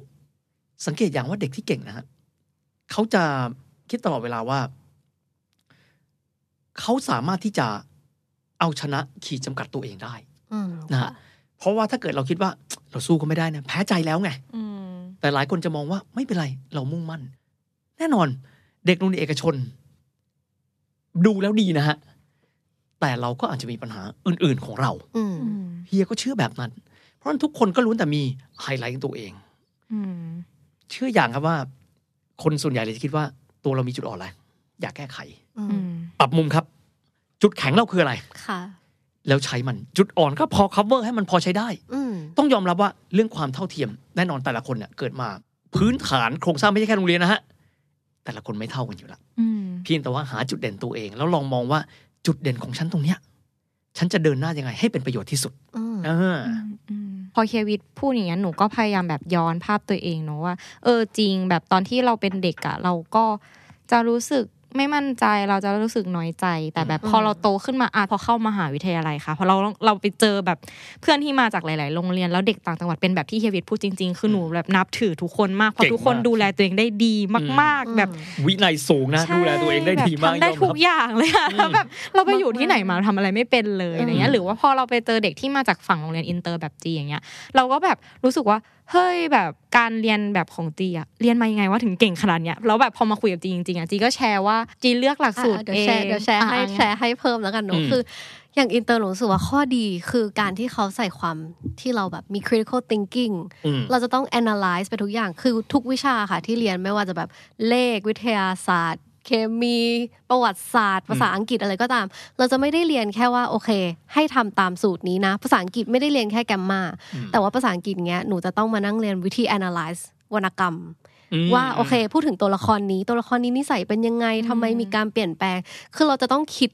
Speaker 4: สังเกตอย่างว่าเด็กที่เก่งนะฮะเขาจะคิดตลอดเวลาว่า เขาสามารถที่จะเอาชนะขีดจำกัดตัวเองได้
Speaker 2: อืม
Speaker 4: นะฮะเพราะว่าถ้าเกิดเราคิดว่า เราสู้ก็ไม่ได้นะแพ้ใจแล้วไง
Speaker 3: อืม
Speaker 4: แต่หลายคนจะมองว่าไม่เป็นไร เรามุ่งมั่น แน่นอน เด็กโรงเรียนเอกชน ดูแล้วดีนะฮะ แต่เราก็อาจจะมีปัญหาอื่น ๆของเรา
Speaker 2: อืม
Speaker 3: อืม
Speaker 4: เฮียก็เชื่อแบบนั้น เพราะฉะนั้นทุกคนก็ล้วนแต่มีไฮไลท์ของตัวเอง
Speaker 3: อืม
Speaker 4: เชื่ออย่างครับว่า คนส่วนใหญ่เลยจะคิดว่า ตัวเรามีจุดอ่อนอะไรอยากแก้ไข
Speaker 2: อื
Speaker 3: อื
Speaker 2: ม
Speaker 3: ม
Speaker 4: ปรับมุมครับ จุดแข็งเราคืออะไร
Speaker 2: ค่ะ
Speaker 4: แล้วใช้มันจุดอ่อนก็พอ cover ให้มันพอใช้ได้
Speaker 2: อืม
Speaker 4: ต้องยอมรับว่าเรื่องความเท่าเทียมแน่นอนแต่ละคนเนี่ยเกิดมา พื้นฐานโครงสร้างไม่ใช่แค่โรงเรียนนะฮะแต่ละคนไม่เท่ากันอยู่ละ
Speaker 3: อืม
Speaker 4: เพียงแต่ว่าหาจุดเด่นตัวเอง แล้วลองมองว่าจุดเด่นของฉันตรงเนี้ยฉันจะเดินหน้ายังไงให้เป็นประโยชน์ที่สุด
Speaker 2: อืม
Speaker 4: เออ
Speaker 3: อืมอืมพอเฮียวิทย์พูดอย่างนี้ยหนูก็พยายามแบบย้อนภาพตัวเองเนาะว่า เออจริงแบบตอนที่เราเป็นเด็กอะเราก็จะรู้สึกไม่มั่นใจเราจะรู้สึกน้อยใจ แต่แบบ
Speaker 2: อืม
Speaker 3: พอเราโตขึ้นมาอะพอเข้ามหาวิทยาลัยค่ะพอเราเราไปเจอแบบเพื่อนที่มาจากหลาย ๆ โรงเรียนแล้วเด็กต่างจังหวัดเป็นแบบที่เฮียวิทย์พูดจริง ๆ คือหนูแบบนับถือทุกคนมากเพราะทุกคนดูแลตัวเองได้ดีมาก ๆ แบบ
Speaker 4: วินัยสูงนะ
Speaker 3: ใช่
Speaker 4: ดูแลตัวเองได้ดีมาก
Speaker 3: แบบทำได้
Speaker 4: ยอมรับ
Speaker 3: ทุกอย่างเลยอะ
Speaker 4: อืม
Speaker 3: แล้วแบบเราไปอยู่ที่ไหนมา
Speaker 2: อืม
Speaker 3: ทำอะไรไม่เป็นเลยอะไรเงี้ยหรือว่าพอเราไปเจอเด็กที่มาจากฝั่งโรงเรียนอินเตอร์แบบจีอย่างเงี้ย เราก็แบบรู้สึกว่าเฮ้ยแบบการเรียนแบบของจีอะเรียนมายังไงว่าถึงเก่งขนาดเนี้ยแล้วแบบพอมาคุยกับจีจริงๆอะจีก็แชร์ว่าจีเลือกหลักสูต
Speaker 2: ะ
Speaker 3: ระ
Speaker 2: เดี๋ย
Speaker 3: เอ
Speaker 2: วแช
Speaker 3: ง
Speaker 2: ร์เดี๋ยวแชร์ให้
Speaker 3: อ่ะ
Speaker 2: แชร์ให้เพิ่มแล้วกัน
Speaker 4: อื
Speaker 2: เนาะ
Speaker 4: ม
Speaker 2: คือ อย่างอินเตอร์หนูรู้สึกว่าข้อดีคือการที่เขาใส่ความที่เราแบบมี critical thinking
Speaker 4: อืม
Speaker 2: เราจะต้อง analyze ไปทุกอย่าง คือทุกวิชาค่ะที่เรียนไม่ว่าจะแบบเลขวิทยาศาสตร์ เคมี ประวัติศาสตร์ ภาษาอังกฤษอะไรก็ตาม เราจะไม่ได้เรียนแค่ว่าโอเค ให้ทำตามสูตรนี้นะ ภาษาอังกฤษไม่ได้เรียนแค่แกรมมา
Speaker 4: อืม
Speaker 2: แต่ว่าภาษาอังกฤษเงี้ยหนูจะต้องมานั่งเรียนวิธี analyze วรรณกรรม
Speaker 4: อืม
Speaker 2: ว่าโอเค พูดถึงตัวละครนี้ ตัวละครนี้นิสัยเป็นยังไงทำไมมีการเปลี่ยนแปลง คือเราจะต้องคิด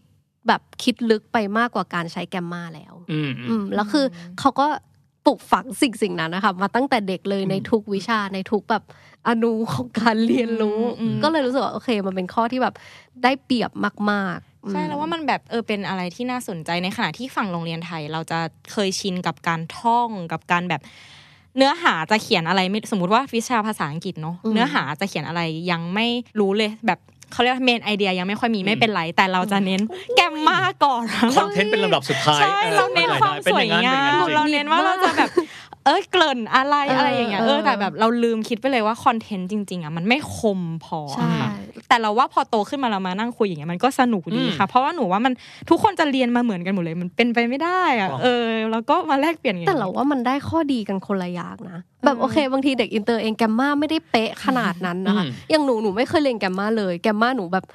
Speaker 2: แบบคิดลึกไปมากกว่าการใช้แกมมาแล้ว
Speaker 4: อืมอื
Speaker 2: อื
Speaker 4: ม
Speaker 2: มแล้วคือเขาก็ปลูกฝังสิ่งสิ่งนั้นนะคะมาตั้งแต่เด็กเลย
Speaker 4: อืม
Speaker 2: ในทุกวิชาในทุกแบบอนุของการเรียนรู้
Speaker 3: อืม
Speaker 2: ก็เลยรู้สึกว่าโอเค มันเป็นข้อที่แบบได้เปรียบมากๆ
Speaker 3: ใช่แล้วว่า
Speaker 2: อื
Speaker 3: มันแบบเออเป็นอะไรที่น่าสนใจในขณะที่ฝั่งโรงเรียนไทย เราจะเคยชินกับการท่องกับการแบบ เนื้อหาจะเขียนอะไรไม่สมมติว่าวิชาภาษาอังกฤษเนาะ
Speaker 2: อืม
Speaker 3: เนื้อหาจะเขียนอะไรยังไม่รู้เลยแบบเขาเรียกเมนไอเดียยังไม่ค่อยมีไม่เป็นไร แต่เราจะเน้นแกมมาก่อนนะ
Speaker 4: คอนเทนต์เป็นลำดับสุดท้าย
Speaker 3: ใช่เราเน้นความสวยงาม
Speaker 4: เป็นอ
Speaker 3: เรา
Speaker 4: ย่างนั้นเป็นอย่างนั้นจริง
Speaker 3: เน้นว่าเราจะแบบ เอ้ยเกริ่นอะไร
Speaker 2: เอออ
Speaker 3: อะไรอย่างเงี้ยเอ
Speaker 2: เอ
Speaker 3: อ
Speaker 2: อ
Speaker 3: แต่แบบเราลืมคิดไปเลยว่าคอนเทนต์จริงๆอ่ะมันไม่คมพอ
Speaker 2: ใช่
Speaker 3: แต่เราว่าพอโตขึ้นมาเรามานั่งคุยอย่างเงี้ยมันก็สนุกดี
Speaker 4: อืม
Speaker 3: ค่ะ เพราะว่าหนูว่ามันทุกคนจะเรียนมาเหมือนกันหมดเลยมันเป็นไปไม่ได้อะ
Speaker 4: ถูกต้อง
Speaker 3: เออแล้วก็มาแลกเปลี่ยนอย่าง
Speaker 2: แต่
Speaker 3: เงี้ย
Speaker 2: เราว่ามันได้ข้อดีกันคนละอย่างนะ แบบโอเค บางทีเด็กอินเตอร์เองแกมมาไม่ได้เป๊ะขนาดนั้นนะคะ
Speaker 4: อืม
Speaker 2: อย่างหนูหนูไม่เคยเรียนแกมมาเลย แกมมาหนูแบบ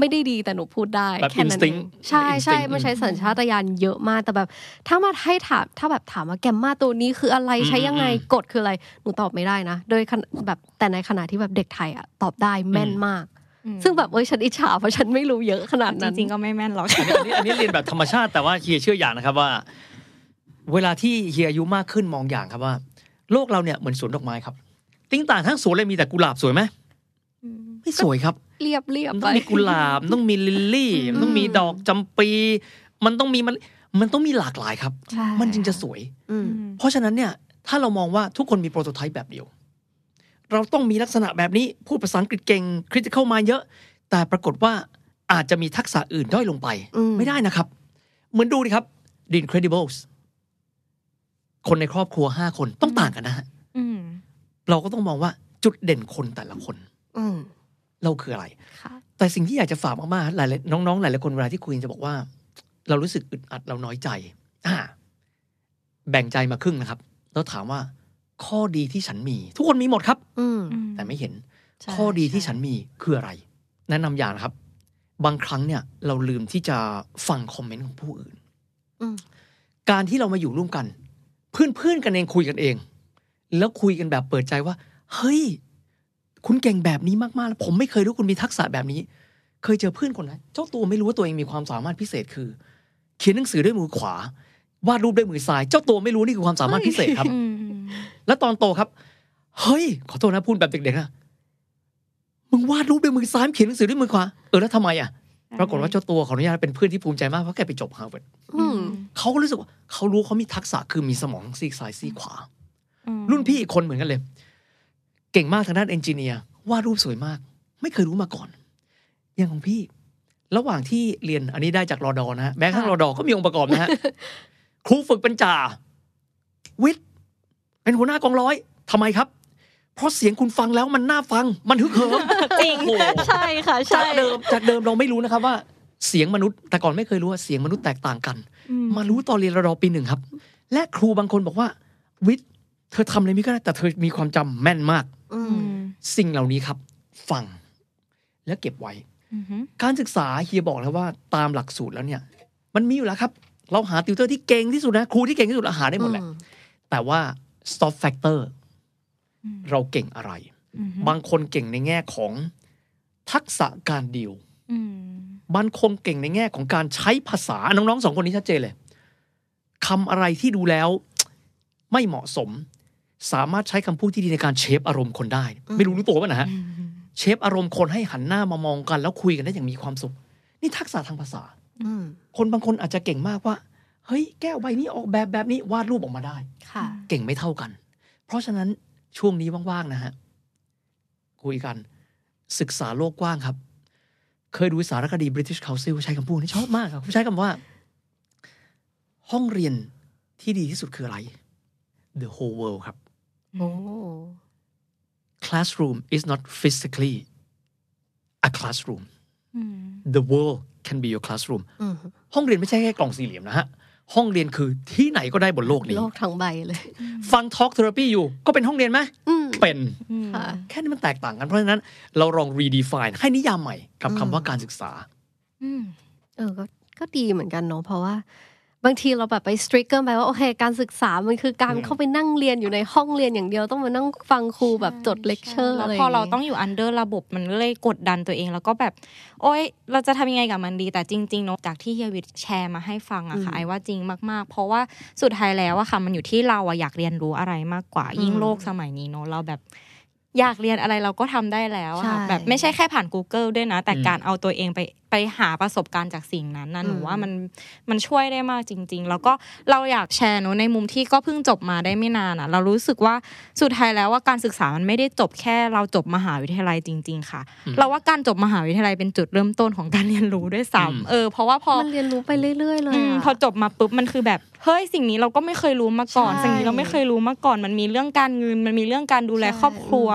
Speaker 2: ไม่ได้ดีแต่หนูพูดได้
Speaker 4: แบบ
Speaker 2: แค่นั้นเอง
Speaker 4: instinct
Speaker 2: ใช่ใช่
Speaker 4: instinct
Speaker 2: มันใช้สัญชาตญาณเยอะมากแต่แบบ ถ้ามาให้ถามถ้าแบบถามว่าแกมมาตัวนี้คืออะไร
Speaker 4: อืม
Speaker 2: ใช้ยังไง
Speaker 4: อืม
Speaker 2: กฎคืออะไรหนูตอบไม่ได้นะ โดยขณะแบบแต่ในขณะที่แบบเด็กไทยอ่ะตอบได้แม่น
Speaker 4: อืม
Speaker 2: มาก
Speaker 3: อืม
Speaker 2: ซึ่งแบบเอ้ยฉันอิจฉาเพราะฉันไม่รู้เยอะขนาด
Speaker 3: จ
Speaker 2: นั้น
Speaker 3: ริงๆก็ไม่แม่นหรอก
Speaker 4: อันนี้อันนี้เรียนแบบธรรมชาติแต่ว่าเฮียเชื่ออย่างนะครับว่า เวลาที่เฮียอายุมากขึ้นมองอย่างครับว่า โลกเราเนี่ยเหมือนสวนดอกไม้ครับ ติ้งต่างทั้งสวนเลยมีแต่กุหลาบสวยไหมไม่สวยครับ
Speaker 2: เรียบเรียบ
Speaker 4: มัน
Speaker 2: ๆไป
Speaker 4: ต้องมีกุหลาบมันต้องมีลิลลี่
Speaker 2: อืม
Speaker 4: มันต้องมีดอกจำปี มันต้องมีมันมันต้องมีหลากหลายครับ
Speaker 2: ใช่
Speaker 4: มันจึงจะสวย
Speaker 2: อืม
Speaker 4: เพราะฉะนั้นเนี่ยถ้าเรามองว่าทุกคนมีโปรโตไทป์แบบเดียว เราต้องมีลักษณะแบบนี้พูดภาษาอังกฤษเก่งคริติเข้ามาเยอะ แต่ปรากฏว่าอาจจะมีทักษะอื่นด้อยลงไป
Speaker 2: อืม
Speaker 4: ไม่ได้นะครับ เหมือนดูดิครับ The Incredibles คนในครอบครัว 5 คนต้องต่างกันนะฮะ
Speaker 3: อืม
Speaker 4: เราก็ต้องมองว่าจุดเด่นคนแต่ละคน
Speaker 2: อืม
Speaker 4: เราคืออะไร
Speaker 2: ค่ะ
Speaker 4: แต่สิ่งที่อยากจะฝากมากๆหลายๆน้องๆ หลายๆคนเวลาที่คุยจะบอกว่า เรารู้สึกอึดอัดเราน้อยใจอ่าแบ่งใจมาครึ่งนะครับ แล้วถามว่า ข้อดีที่ฉันมี ทุกคนมีหมดครับ
Speaker 2: อืม
Speaker 4: แต่ไม่เห็น
Speaker 2: ใช่
Speaker 4: ข้อดีที่
Speaker 2: ใช่
Speaker 4: ฉันมีคืออะไร แนะนำอย่างนะครับ บางครั้งเนี่ย เราลืมที่จะฟังคอมเมนต์ของผู้อื่น
Speaker 2: อืม
Speaker 4: การที่เรามาอยู่ร่วมกัน เพื่อนเพื่อนๆกันเองคุยกันเอง แล้วคุยกันแบบเปิดใจว่า เฮ้ย คุณเก่งแบบนี้มากๆแล้วผมไม่เคยรู้คุณมีทักษะแบบนี้ เคยเจอเพื่อนคนนั้นเจ้าตัวไม่รู้ว่าตัวเองมีความสามารถพิเศษคือ เขียนหนังสือด้วยมือขวาวาดรูปด้วยมือซ้าย เจ้าตัวไม่รู้นี่คือความสามารถพิเศษครับ
Speaker 3: อืม
Speaker 4: แล้วตอนโตครับ เฮ้ย ขอโทษนะพูดแบบเด็กๆนะมึงวาดรูปด้วยมือซ้ายเขียนหนังสือด้วยมือขวาเออแล้วทำไมอ่ะปรากฏว่าเจ้าตัวขออนุญาตเป็นเพื่อนที่ภูมิใจมากเพราะแกไปจบฮาร์วาร์ด
Speaker 2: อืม
Speaker 4: เขาก็รู้สึกว่าเขารู้เขามีทักษะคือมีสมองซีกซ้ายซีกขวา
Speaker 3: อืม
Speaker 4: รุ่นพี่อีกคนเหมือนกันเลย เก่งมากทางด้านเอนจิเนียร์วาดรูปสวยมาก ไม่เคยรู้มาก่อน อย่างของพี่ ระหว่างที่เรียนอันนี้ได้จากรอดอนะฮะแม้กระทั่ง
Speaker 2: ค่ะ
Speaker 4: รอดอก็มีองค์ประกอบนะฮะ ครูฝึกเป็นจ่า วิทย์เป็นหัวหน้ากองร้อยทำไมครับ เพราะเสียงคุณฟังแล้วมันน่าฟัง มันฮึกเหิม
Speaker 3: จริง
Speaker 4: โอ้โห
Speaker 3: ใช่ค่ะใช่
Speaker 4: จากเดิมจากเดิมเราไม่รู้นะครับว่าเสียงมนุษย์ แต่ก่อนไม่เคยรู้ว่าเสียงมนุษย์แตกต่างกัน
Speaker 3: อืม
Speaker 4: มารู้ตอนเรียนระดอปีหนึ่งครับ และครูบางคนบอกว่า วิทย์เธอทำอะไรไม่ก็ได้แต่เธอมีความจำแม่นมาก
Speaker 2: อื
Speaker 3: อื
Speaker 2: ม
Speaker 3: ม
Speaker 4: สิ่งเหล่านี้ครับ ฟัง และเก็บไว้
Speaker 3: อืม
Speaker 4: การศึกษาเฮียบอกแล้วว่าตามหลักสูตรแล้วเนี่ย มันมีอยู่แล้วครับ เราหาติวเตอร์ที่เก่งที่สุดนะครูที่เก่งที่สุดเราหาได้หมดแหละ
Speaker 2: อื
Speaker 4: แต่ว่า soft factor
Speaker 3: อืม
Speaker 4: เราเก่งอะไร
Speaker 3: อืม
Speaker 4: บางคนเก่งในแง่ของทักษะการดีล
Speaker 3: อืม
Speaker 4: บางคนเก่งในแง่ของการใช้ภาษาน้องๆสองคนนี้ชัดเจนเลยคำอะไรที่ดูแล้ว ไม่เหมาะสม สามารถใช้คำพูดที่ดีในการเชฟอารมณ์คนได้ ไม่รู้รู้ตัวป่ะนะฮะ เชฟอารมณ์คนให้หันหน้ามามองกัน แล้วคุยกันได้อย่างมีความสุข นี่ทักษะทางภาษา
Speaker 2: อืม
Speaker 4: คนบางคนอาจจะเก่งมากว่า เฮ้ยแก้วใบนี้ออกแบบแบบนี้วาดรูปออกมาได้
Speaker 2: ค่ะ
Speaker 4: เก่งไม่เท่ากัน เพราะฉะนั้นช่วงนี้ว่างๆ นะฮะ คุยกันศึกษาโลกกว้างครับ เคยดูสารคดี British Council ใช้คำพูดนี่ชอบมากครับเขาใช้คำว่า ห้องเรียนที่ดีที่สุดคืออะไร The whole world ครับ
Speaker 2: โอ้
Speaker 4: Classroom is not physically a classroom
Speaker 3: อืม
Speaker 4: The world can be your classroom
Speaker 2: อืม
Speaker 4: ห้องเรียนไม่ใช่แค่กล่องสี่เหลี่ยมนะฮะ ห้องเรียนคือที่ไหนก็ได้บนโลกนี้
Speaker 2: โลกทั้งใบเลย
Speaker 4: ฟังทอล์กเทอราปีอยู่ก็เป็นห้องเรียนไหม
Speaker 2: อืม
Speaker 4: เป็น
Speaker 3: อืม
Speaker 2: ค่ะ
Speaker 4: แค่นี้มันแตกต่างกัน เพราะฉะนั้นเราลอง redefine ให้นิยามใหม่กับ
Speaker 2: อืม
Speaker 4: คำว่าการศึกษา
Speaker 3: อืม
Speaker 2: เออก็ก็ดีเหมือนกันเนาะเพราะว่าบางทีเราแบบไปสตรีกเกินไปว่าโอเค การศึกษามันคือการ
Speaker 4: อืม
Speaker 2: เข้าไปนั่งเรียนอยู่ในห้องเรียนอย่างเดียวต้องมานั่งฟังครูแบบจดเลคเชอร์
Speaker 3: ใช่
Speaker 2: อะไร
Speaker 3: แล้
Speaker 2: ย่ง
Speaker 3: วพอ
Speaker 2: งี้ย
Speaker 3: เราต้องอยู่อันเดอร์ระบบมันก็เลยกดดันตัวเอง แล้วก็แบบ โอ๊ย เราจะทำยังไงกับมันดี แต่จริงๆเนอะจากที่เฮียวิทย์แชร์มาให้ฟังอะค่ะ
Speaker 2: อืม
Speaker 3: ไอว่าจริงมากๆ เพราะว่าสุดท้ายแล้วอะค่ะ มันอยู่ที่เราอะอยากเรียนรู้อะไรมากกว่า ยิ่ง
Speaker 2: อืม
Speaker 3: โลกสมัยนี้เนอะเราแบบ อยากเรียนอะไรเราก็ทำได้แล้วอะค่ะ
Speaker 2: ใช่
Speaker 3: แบบไม่ใช่แค่ผ่าน Google ด้วยนะ แต่
Speaker 4: อืม
Speaker 3: การเอาตัวเองไปไปหาประสบการณ์จากสิ่งนั้นนะหนู
Speaker 2: อืม
Speaker 3: ว่ามัน มันช่วยได้มากจริง ๆ แล้วก็เราอยากแชร์เนอะในมุมที่ก็เพิ่งจบมาได้ไม่นานอะเรารู้สึกว่าสุดท้ายแล้วว่าการศึกษามันไม่ได้จบแค่เราจบมหาวิทยาลัยจริง ๆ ค่ะ
Speaker 4: อืม
Speaker 3: เราว่าการจบมหาวิทยาลัยเป็นจุดเริ่มต้นของการเรียนรู้ด้วย
Speaker 4: อืม
Speaker 3: ซ้ำเออเพราะว่าพอ
Speaker 2: มันเรียนรู้ไปเรื่อยๆ เลย
Speaker 3: อืม
Speaker 2: อะ
Speaker 3: พอจบมาปุ๊บมันคือแบบเฮ้ยสิ่งนี้เราก็ไม่เคยรู้มาก่อน
Speaker 2: ใช่
Speaker 3: สิ่งนี้เราไม่เคยรู้มาก่อน มันมีเรื่องการเงินมันมีเรื่องการดูแล
Speaker 2: ใช่
Speaker 3: ครอบครัว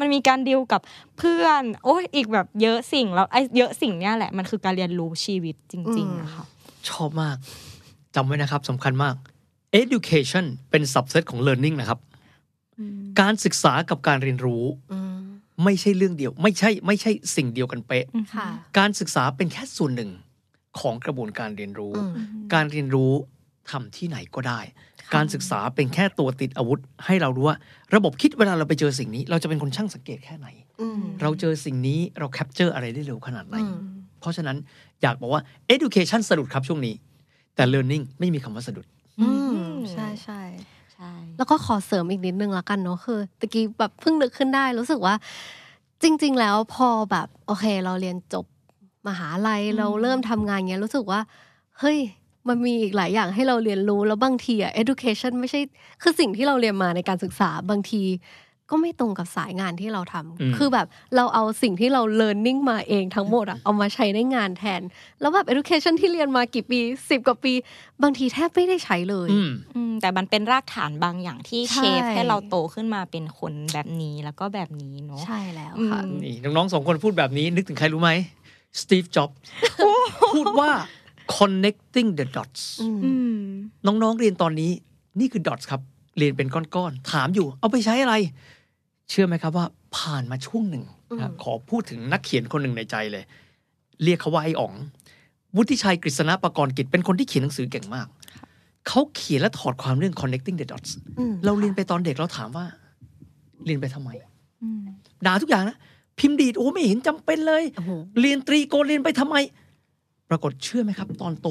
Speaker 3: มันมีการดีลกับเพื่อน โอ้ยอีกแบบเยอะสิ่งแล้วไอ้เยอะสิ่งเนี้ยแหละมันคือการเรียนรู้ชีวิตจริงๆนะคะ
Speaker 4: ชอบมากจำไว้นะครับสำคัญมาก education เป็น subset ของ learning นะครับ การศึกษากับการเรียนรู้
Speaker 2: อืม
Speaker 4: ไม่ใช่เรื่องเดียว ไม่ใช่ไม่ใช่สิ่งเดียวกันเป๊ะ
Speaker 2: ค่ะ
Speaker 4: การศึกษาเป็นแค่ส่วนหนึ่งของกระบวนการเรียนรู้
Speaker 2: อืม
Speaker 4: การเรียนรู้ทำที่ไหนก็ได้ การศึกษาเป็นแค่ตัวติดอาวุธ ให้เรารู้ว่า ระบบคิดเวลาเราไปเจอสิ่งนี้ เราจะเป็นคนช่างสังเกตแค่ไหน
Speaker 2: อืม
Speaker 4: เราเจอสิ่งนี้เราแคปเจอร์อะไรได้เร็วขนาดไหน
Speaker 2: อืม
Speaker 4: เพราะฉะนั้นอยากบอกว่า education สะดุดครับช่วงนี้ แต่ learning ไม่มีคำว่าสะดุด
Speaker 2: อืมใช่ใช่
Speaker 3: ใช่
Speaker 2: แล้วก็ขอเสริมอีกนิดนึงละกันเนาะคือตะกี้แบบเพิ่งนึกขึ้นได้รู้สึกว่า จริง ๆ แล้วพอแบบโอเค เราเรียนจบมหาลัย
Speaker 3: อืม
Speaker 2: เราเริ่มทำงานเงี้ยรู้สึกว่า เฮ้ย มันมีอีกหลายอย่างให้เราเรียนรู้แล้วบางทีอะ education ไม่ใช่ คือสิ่งที่เราเรียนมาในการศึกษาบางที ก็ไม่ตรงกับสายงานที่เราทำ
Speaker 4: อืม
Speaker 2: คือแบบเราเอาสิ่งที่เรา learning มาเองทั้งหมดอะเอามาใช้ในงานแทน แล้วแบบ education ที่เรียนมากี่ปีสิบกว่าปี บางทีแทบไม่ได้ใช้เลย
Speaker 4: อืม
Speaker 3: อืมแต่มันเป็นรากฐานบางอย่างที่
Speaker 2: ใช่
Speaker 3: เชฟให้เราโตขึ้นมาเป็นคนแบบนี้แล้วก็แบบนี้เนาะ
Speaker 2: ใช่แล้วค่ะ
Speaker 3: อืม
Speaker 4: นี่น้องๆสองคนพูดแบบนี้นึกถึงใครรู้ไหมสตีฟจ็อบพูดว่า connecting the dots
Speaker 2: อืม
Speaker 4: น้องๆเรียนตอนนี้นี่คือ dots ครับ เรียนเป็นก้อนๆ ถามอยู่ เอาไปใช้อะไร เชื่อไหมครับว่าผ่านมาช่วงหนึ่งนะครับ
Speaker 2: อืม
Speaker 4: ขอพูดถึงนักเขียนคนหนึ่งในใจเลย เรียกเขาว่าไอ้อ๋องวุฒิชัยกฤษณะประกรณ์กิจเป็นคนที่เขียนหนังสือเก่งมาก เขาเขียนและถอดความเรื่อง connecting the dots
Speaker 2: อืม
Speaker 4: เราเรียนไปตอนเด็กเราถามว่า เรียนไปทำไม
Speaker 3: อืม
Speaker 4: ด่าทุกอย่างนะพิมพ์ดีดโอ้ไม่เห็นจำเป็นเลย
Speaker 2: โอ้โห
Speaker 4: เรียนตรีโกนเรียนไปทำไม ปรากฏเชื่อไหมครับ ตอนโต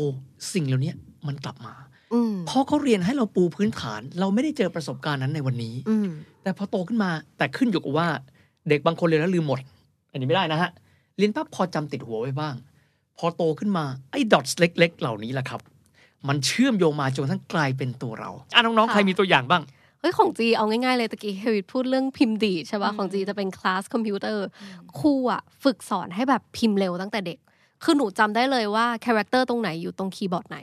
Speaker 4: สิ่งเหล่านี้มันกลับมา
Speaker 2: อืม
Speaker 4: เพราะเขาเรียนให้เราปูพื้นฐาน เราไม่ได้เจอประสบการณ์นั้นในวันนี้
Speaker 2: อืม
Speaker 4: แต่พอโตขึ้นมาแต่ขึ้นอยู่กับว่า เด็กบางคนเรียนแล้วลืมหมด อันนี้ไม่ได้นะฮะเรียนปั๊บพอจำติดหัวไว้บ้าง พอโตขึ้นมาไอ้ดอทเล็ก ๆ เหล่านี้แหละครับ มันเชื่อมโยงมาจนกระทั้งกลายเป็นตัวเราอ่ะน้องๆใครมีตัวอย่างบ้าง
Speaker 2: เฮ้ยของจีเอาง่ายๆเลยตะกี้เฮวิตพูดเรื่องพิมพ์ดีดใช่ป่ะของจีจะเป็นคลาสคอมพิวเตอร์ครูอ่ะฝึกสอนให้แบบพิมพ์เร็วตั้งแต่เด็ก คือหนูจำได้เลยว่าคาแรคเตอร์ตรงไหนอยู่ตรงคีย์บอร์ดไหน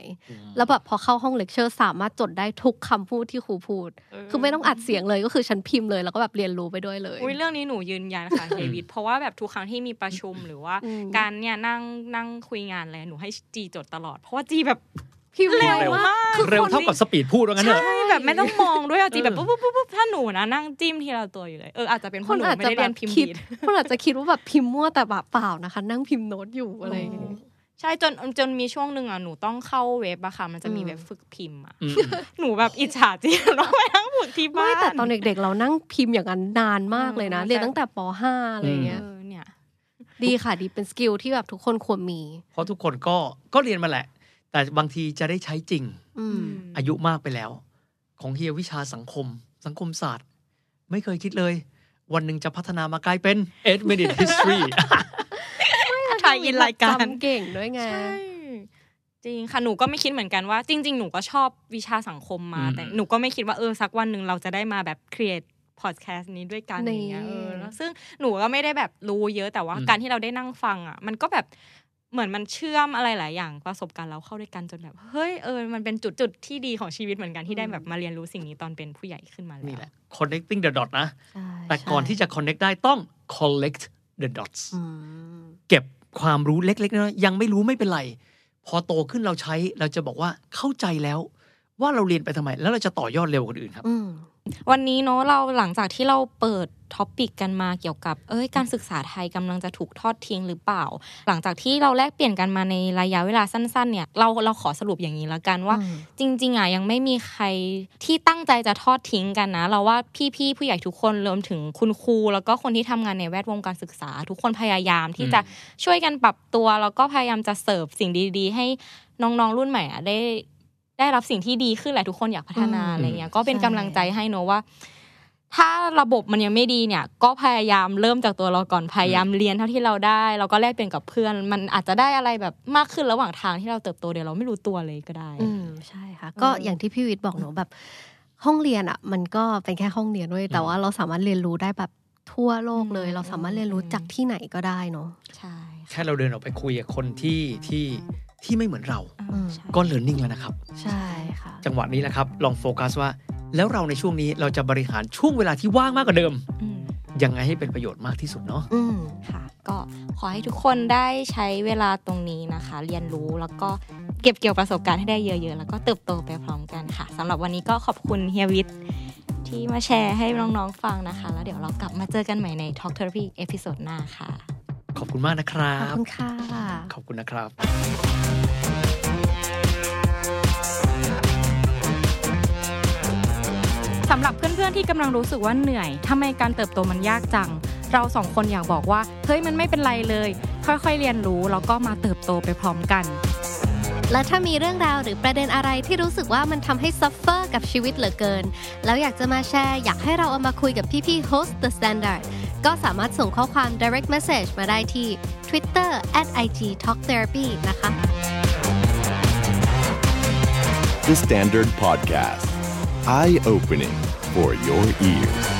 Speaker 2: แล้วแบบพอเข้าห้องเลคเชอร์สามารถจดได้ทุกคำพูดที่ครูพูด คือไม่ต้องอัดเสียงเลยก็คือฉันพิมพ์เลยแล้วก็แบบเรียนรู้ไปด้วยเลย
Speaker 3: อุ้ยเรื่องนี้หนูยืนยัน ค่ะ เฮวิตเพราะว่าแบบทุกครั้งที่มีประชุมหรือว่า
Speaker 2: อืม
Speaker 3: การเนี่ยนั่งนั่งคุยงานอะไรหนูให้จีจดตลอด เพราะว่าจีแบบ
Speaker 2: พิมพ์เร็ว
Speaker 4: เร็ว
Speaker 2: มาก
Speaker 4: เร็วเท่ากับสปีดพูดว่างั้นเถอะ
Speaker 3: ใช่แบบไม่ต้องมองด้วยอะจีแบบ
Speaker 4: เออ
Speaker 3: ปุ๊บปุ๊บปุ๊บปุ๊บถ้าหนูนะนั่งจิ้มทีละตัวอยู่เลยเอออาจจะเป็นเพ
Speaker 2: คน
Speaker 3: ราะหนู
Speaker 2: อาจ
Speaker 3: ไม่
Speaker 2: จะ
Speaker 3: ได้
Speaker 2: แบ
Speaker 3: เรีย
Speaker 2: บ
Speaker 3: นพิมพ์
Speaker 2: คิด
Speaker 3: ดีด
Speaker 2: คนอาจจะคิดว่าแบบพิมพ์มั่วแต่แบบเปล่านะคะ นั่งพิมพ์โน้ตอยู่อะไรอย่างเงี้ย
Speaker 3: ใช่จนจนมีช่วงหนึ่งอ่ะหนูต้องเข้าเว็บอะค่ะ มันจะมี
Speaker 2: อืม
Speaker 3: เว็บฝึกพิมพ์อะ
Speaker 4: อืม
Speaker 3: หนูแบบอิจฉาจริงต้องไปนั่ง ผูดที่บ้า
Speaker 2: ไม่
Speaker 3: น
Speaker 2: แต่ตอนเด็กๆ เรานั่งพิมพ์อย่างนั้นนานมากเลยนะ
Speaker 3: อืม
Speaker 2: เรียนตั้งแต่ป .5 อะไรเงี้ย
Speaker 3: เออเนี่ย
Speaker 2: ดีค่ะดีเป็นสกิลที่แบบทุกคนควรมี
Speaker 4: เพราะทุกคนก็ก็เรียนมาแหละ แต่บางทีจะได้ใช้จริง
Speaker 2: อืม
Speaker 4: อายุมากไปแล้ว ของเฮียวิชาสังคม สังคมศาสตร์ ไม่เคยคิดเลย วันหนึ่งจะพัฒนามากลายเป็น 8 minute history
Speaker 3: ถ่ายอินรายการ
Speaker 2: จำเก่งด้วยไง
Speaker 3: ใช่จริงค่ะหนูก็ไม่คิดเหมือนกันว่า จริง ๆ หนูก็ชอบวิชาสังคมมา
Speaker 4: อืม
Speaker 3: แต่หนูก็ไม่คิดว่าเออสักวันหนึ่งเราจะได้มาแบบ create podcast นี้ด้วยกัน
Speaker 2: นี่
Speaker 3: อย่างเงี้ยเออแล้วซึ่งหนูก็ไม่ได้แบบรู้เยอะแต่ว่า
Speaker 4: อืม
Speaker 3: การที่เราได้นั่งฟังอ่ะ มันก็แบบเหมือนมันเชื่อมอะไรหลายอย่างประสบการณ์เราเข้าด้วยกันจนแบบเฮ้ยเออมันเป็นจุดจุดที่ดีของชีวิตเหมือนกันที่ได้
Speaker 2: อืม
Speaker 3: แบบมาเรียนรู้สิ่งนี้ตอนเป็นผู้ใหญ่ขึ้นมาแล้ว
Speaker 4: นี่แหละ connecting the dot นะ
Speaker 2: ใช่
Speaker 4: แต่ก่อนที่จะ connect ได้ต้อง collect the dots
Speaker 2: อืม
Speaker 4: เก็บความรู้เล็กๆน้อยๆยังไม่รู้ไม่เป็นไร พอโตขึ้นเราใช้เราจะบอกว่าเข้าใจแล้ว ว่าเราเรียนไปทำไม แล้วเราจะต่อยอดเร็วกว่าคนอื่นครับ
Speaker 2: อืม
Speaker 3: วันนี้เนาะเราหลังจากที่เราเปิดท็อปิกกันมาเกี่ยวกับเอ้ยการศึกษาไทยกำลังจะถูกทอดทิ้งหรือเปล่า หลังจากที่เราแลกเปลี่ยนกันมาในระยะเวลาสั้นๆเนี่ยเราเราขอสรุปอย่างนี้ละกันว่า
Speaker 2: อืม
Speaker 3: จริง ๆอ่ะยังไม่มีใครที่ตั้งใจจะทอดทิ้งกันนะ เราว่าพี่ๆผู้ใหญ่ทุกคนรวมถึงคุณครูแล้วก็คนที่ทำงานในแวดวงการศึกษา ทุกคนพยายามที่จะช่วยกันปรับตัว แล้วก็พยายามจะเสิร์ฟสิ่งดีๆ ให้น้องๆรุ่นใหม่อ่ะได้ ได้รับสิ่งที่ดีขึ้นแหละทุกคนอยากพัฒนา
Speaker 2: อืม
Speaker 3: อะไรเงี้ยก็เป็น
Speaker 2: ใช่
Speaker 3: กำลังใจให้เนอะว่า ถ้าระบบมันยังไม่ดีเนี่ย ก็พยายามเริ่มจากตัวเราก่อนพยายามเรียนเท่าที่เราได้แล้วก็แลกเปลี่ยนกับเพื่อน มันอาจจะได้อะไรแบบมากขึ้นระหว่างทางที่เราเติบโตเดี๋ยวเราไม่รู้ตัวเลยก็ได้
Speaker 2: อืมใช่ค่ะ ก็อย่างที่พี่วิทย์บอกเนอะแบบ ห้องเรียนอ่ะ มันก็เป็นแค่ห้องเรียนเว้ยแต่ว่าเราสามารถเรียนรู้ได้แบบทั่วโลกเลย
Speaker 3: อืม
Speaker 2: เราสามารถเรียนรู้จากที่ไหนก็ได้เนอะ
Speaker 3: ใช่
Speaker 4: แค่เราเดินออกไปคุยกับคนที่ที่ที่ไม่เหมือนเรา
Speaker 3: อ่า
Speaker 2: อืม
Speaker 3: ใช่
Speaker 4: ก็เลิร์นนิ่งแล้วนะครับ
Speaker 2: ใช่ค่ะ
Speaker 4: จังหวะนี้นะครับ ลองโฟกัสว่า แล้วเราในช่วงนี้เราจะบริหารช่วงเวลาที่ว่างมากกว่าเดิม
Speaker 3: อืม
Speaker 4: ยังไงให้เป็นประโยชน์มากที่สุดเนาะ
Speaker 2: อืม
Speaker 3: ค่ะ ก็ขอให้ทุกคนได้ใช้เวลาตรงนี้นะคะ เรียนรู้แล้วก็เก็บเกี่ยวประสบการณ์ให้ได้เยอะๆ แล้วก็เติบโตไปพร้อมกันค่ะสำหรับวันนี้ก็ขอบคุณเฮียวิทย์ที่มาแชร์ให้น้องๆฟังนะคะ แล้วเดี๋ยวเรากลับมาเจอกันใหม่ใน Talk Therapy เอพิโซดหน้าค่ะ
Speaker 4: ขอบคุณมากนะครั
Speaker 2: ขอบบ คุณค่ะ
Speaker 4: ขอบคุณนะครับ
Speaker 3: สำหรับเพื่อนๆที่กำลังรู้สึกว่าเหนื่อยทำไมการเติบโตมันยากจัง เราสองคนอยากบอกว่า เฮ้ยมันไม่เป็นไรเลย ค่อยๆเรียนรู้แล้วก็มาเติบโตไปพร้อมกัน
Speaker 2: และถ้ามีเรื่องราวหรือประเด็นอะไรที่รู้สึกว่ามันทำให้ซัฟเฟอร์กับชีวิตเหลือเกิน แล้วอยากจะมาแชร์ อยากให้เราเอามาคุยกับพี่ๆ Host the Standard ก็สามารถส่งข้อความ direct message มาได้ที่ Twitter at IG Talk Therapy นะคะ
Speaker 1: The Standard Podcast, eye opening for your ears.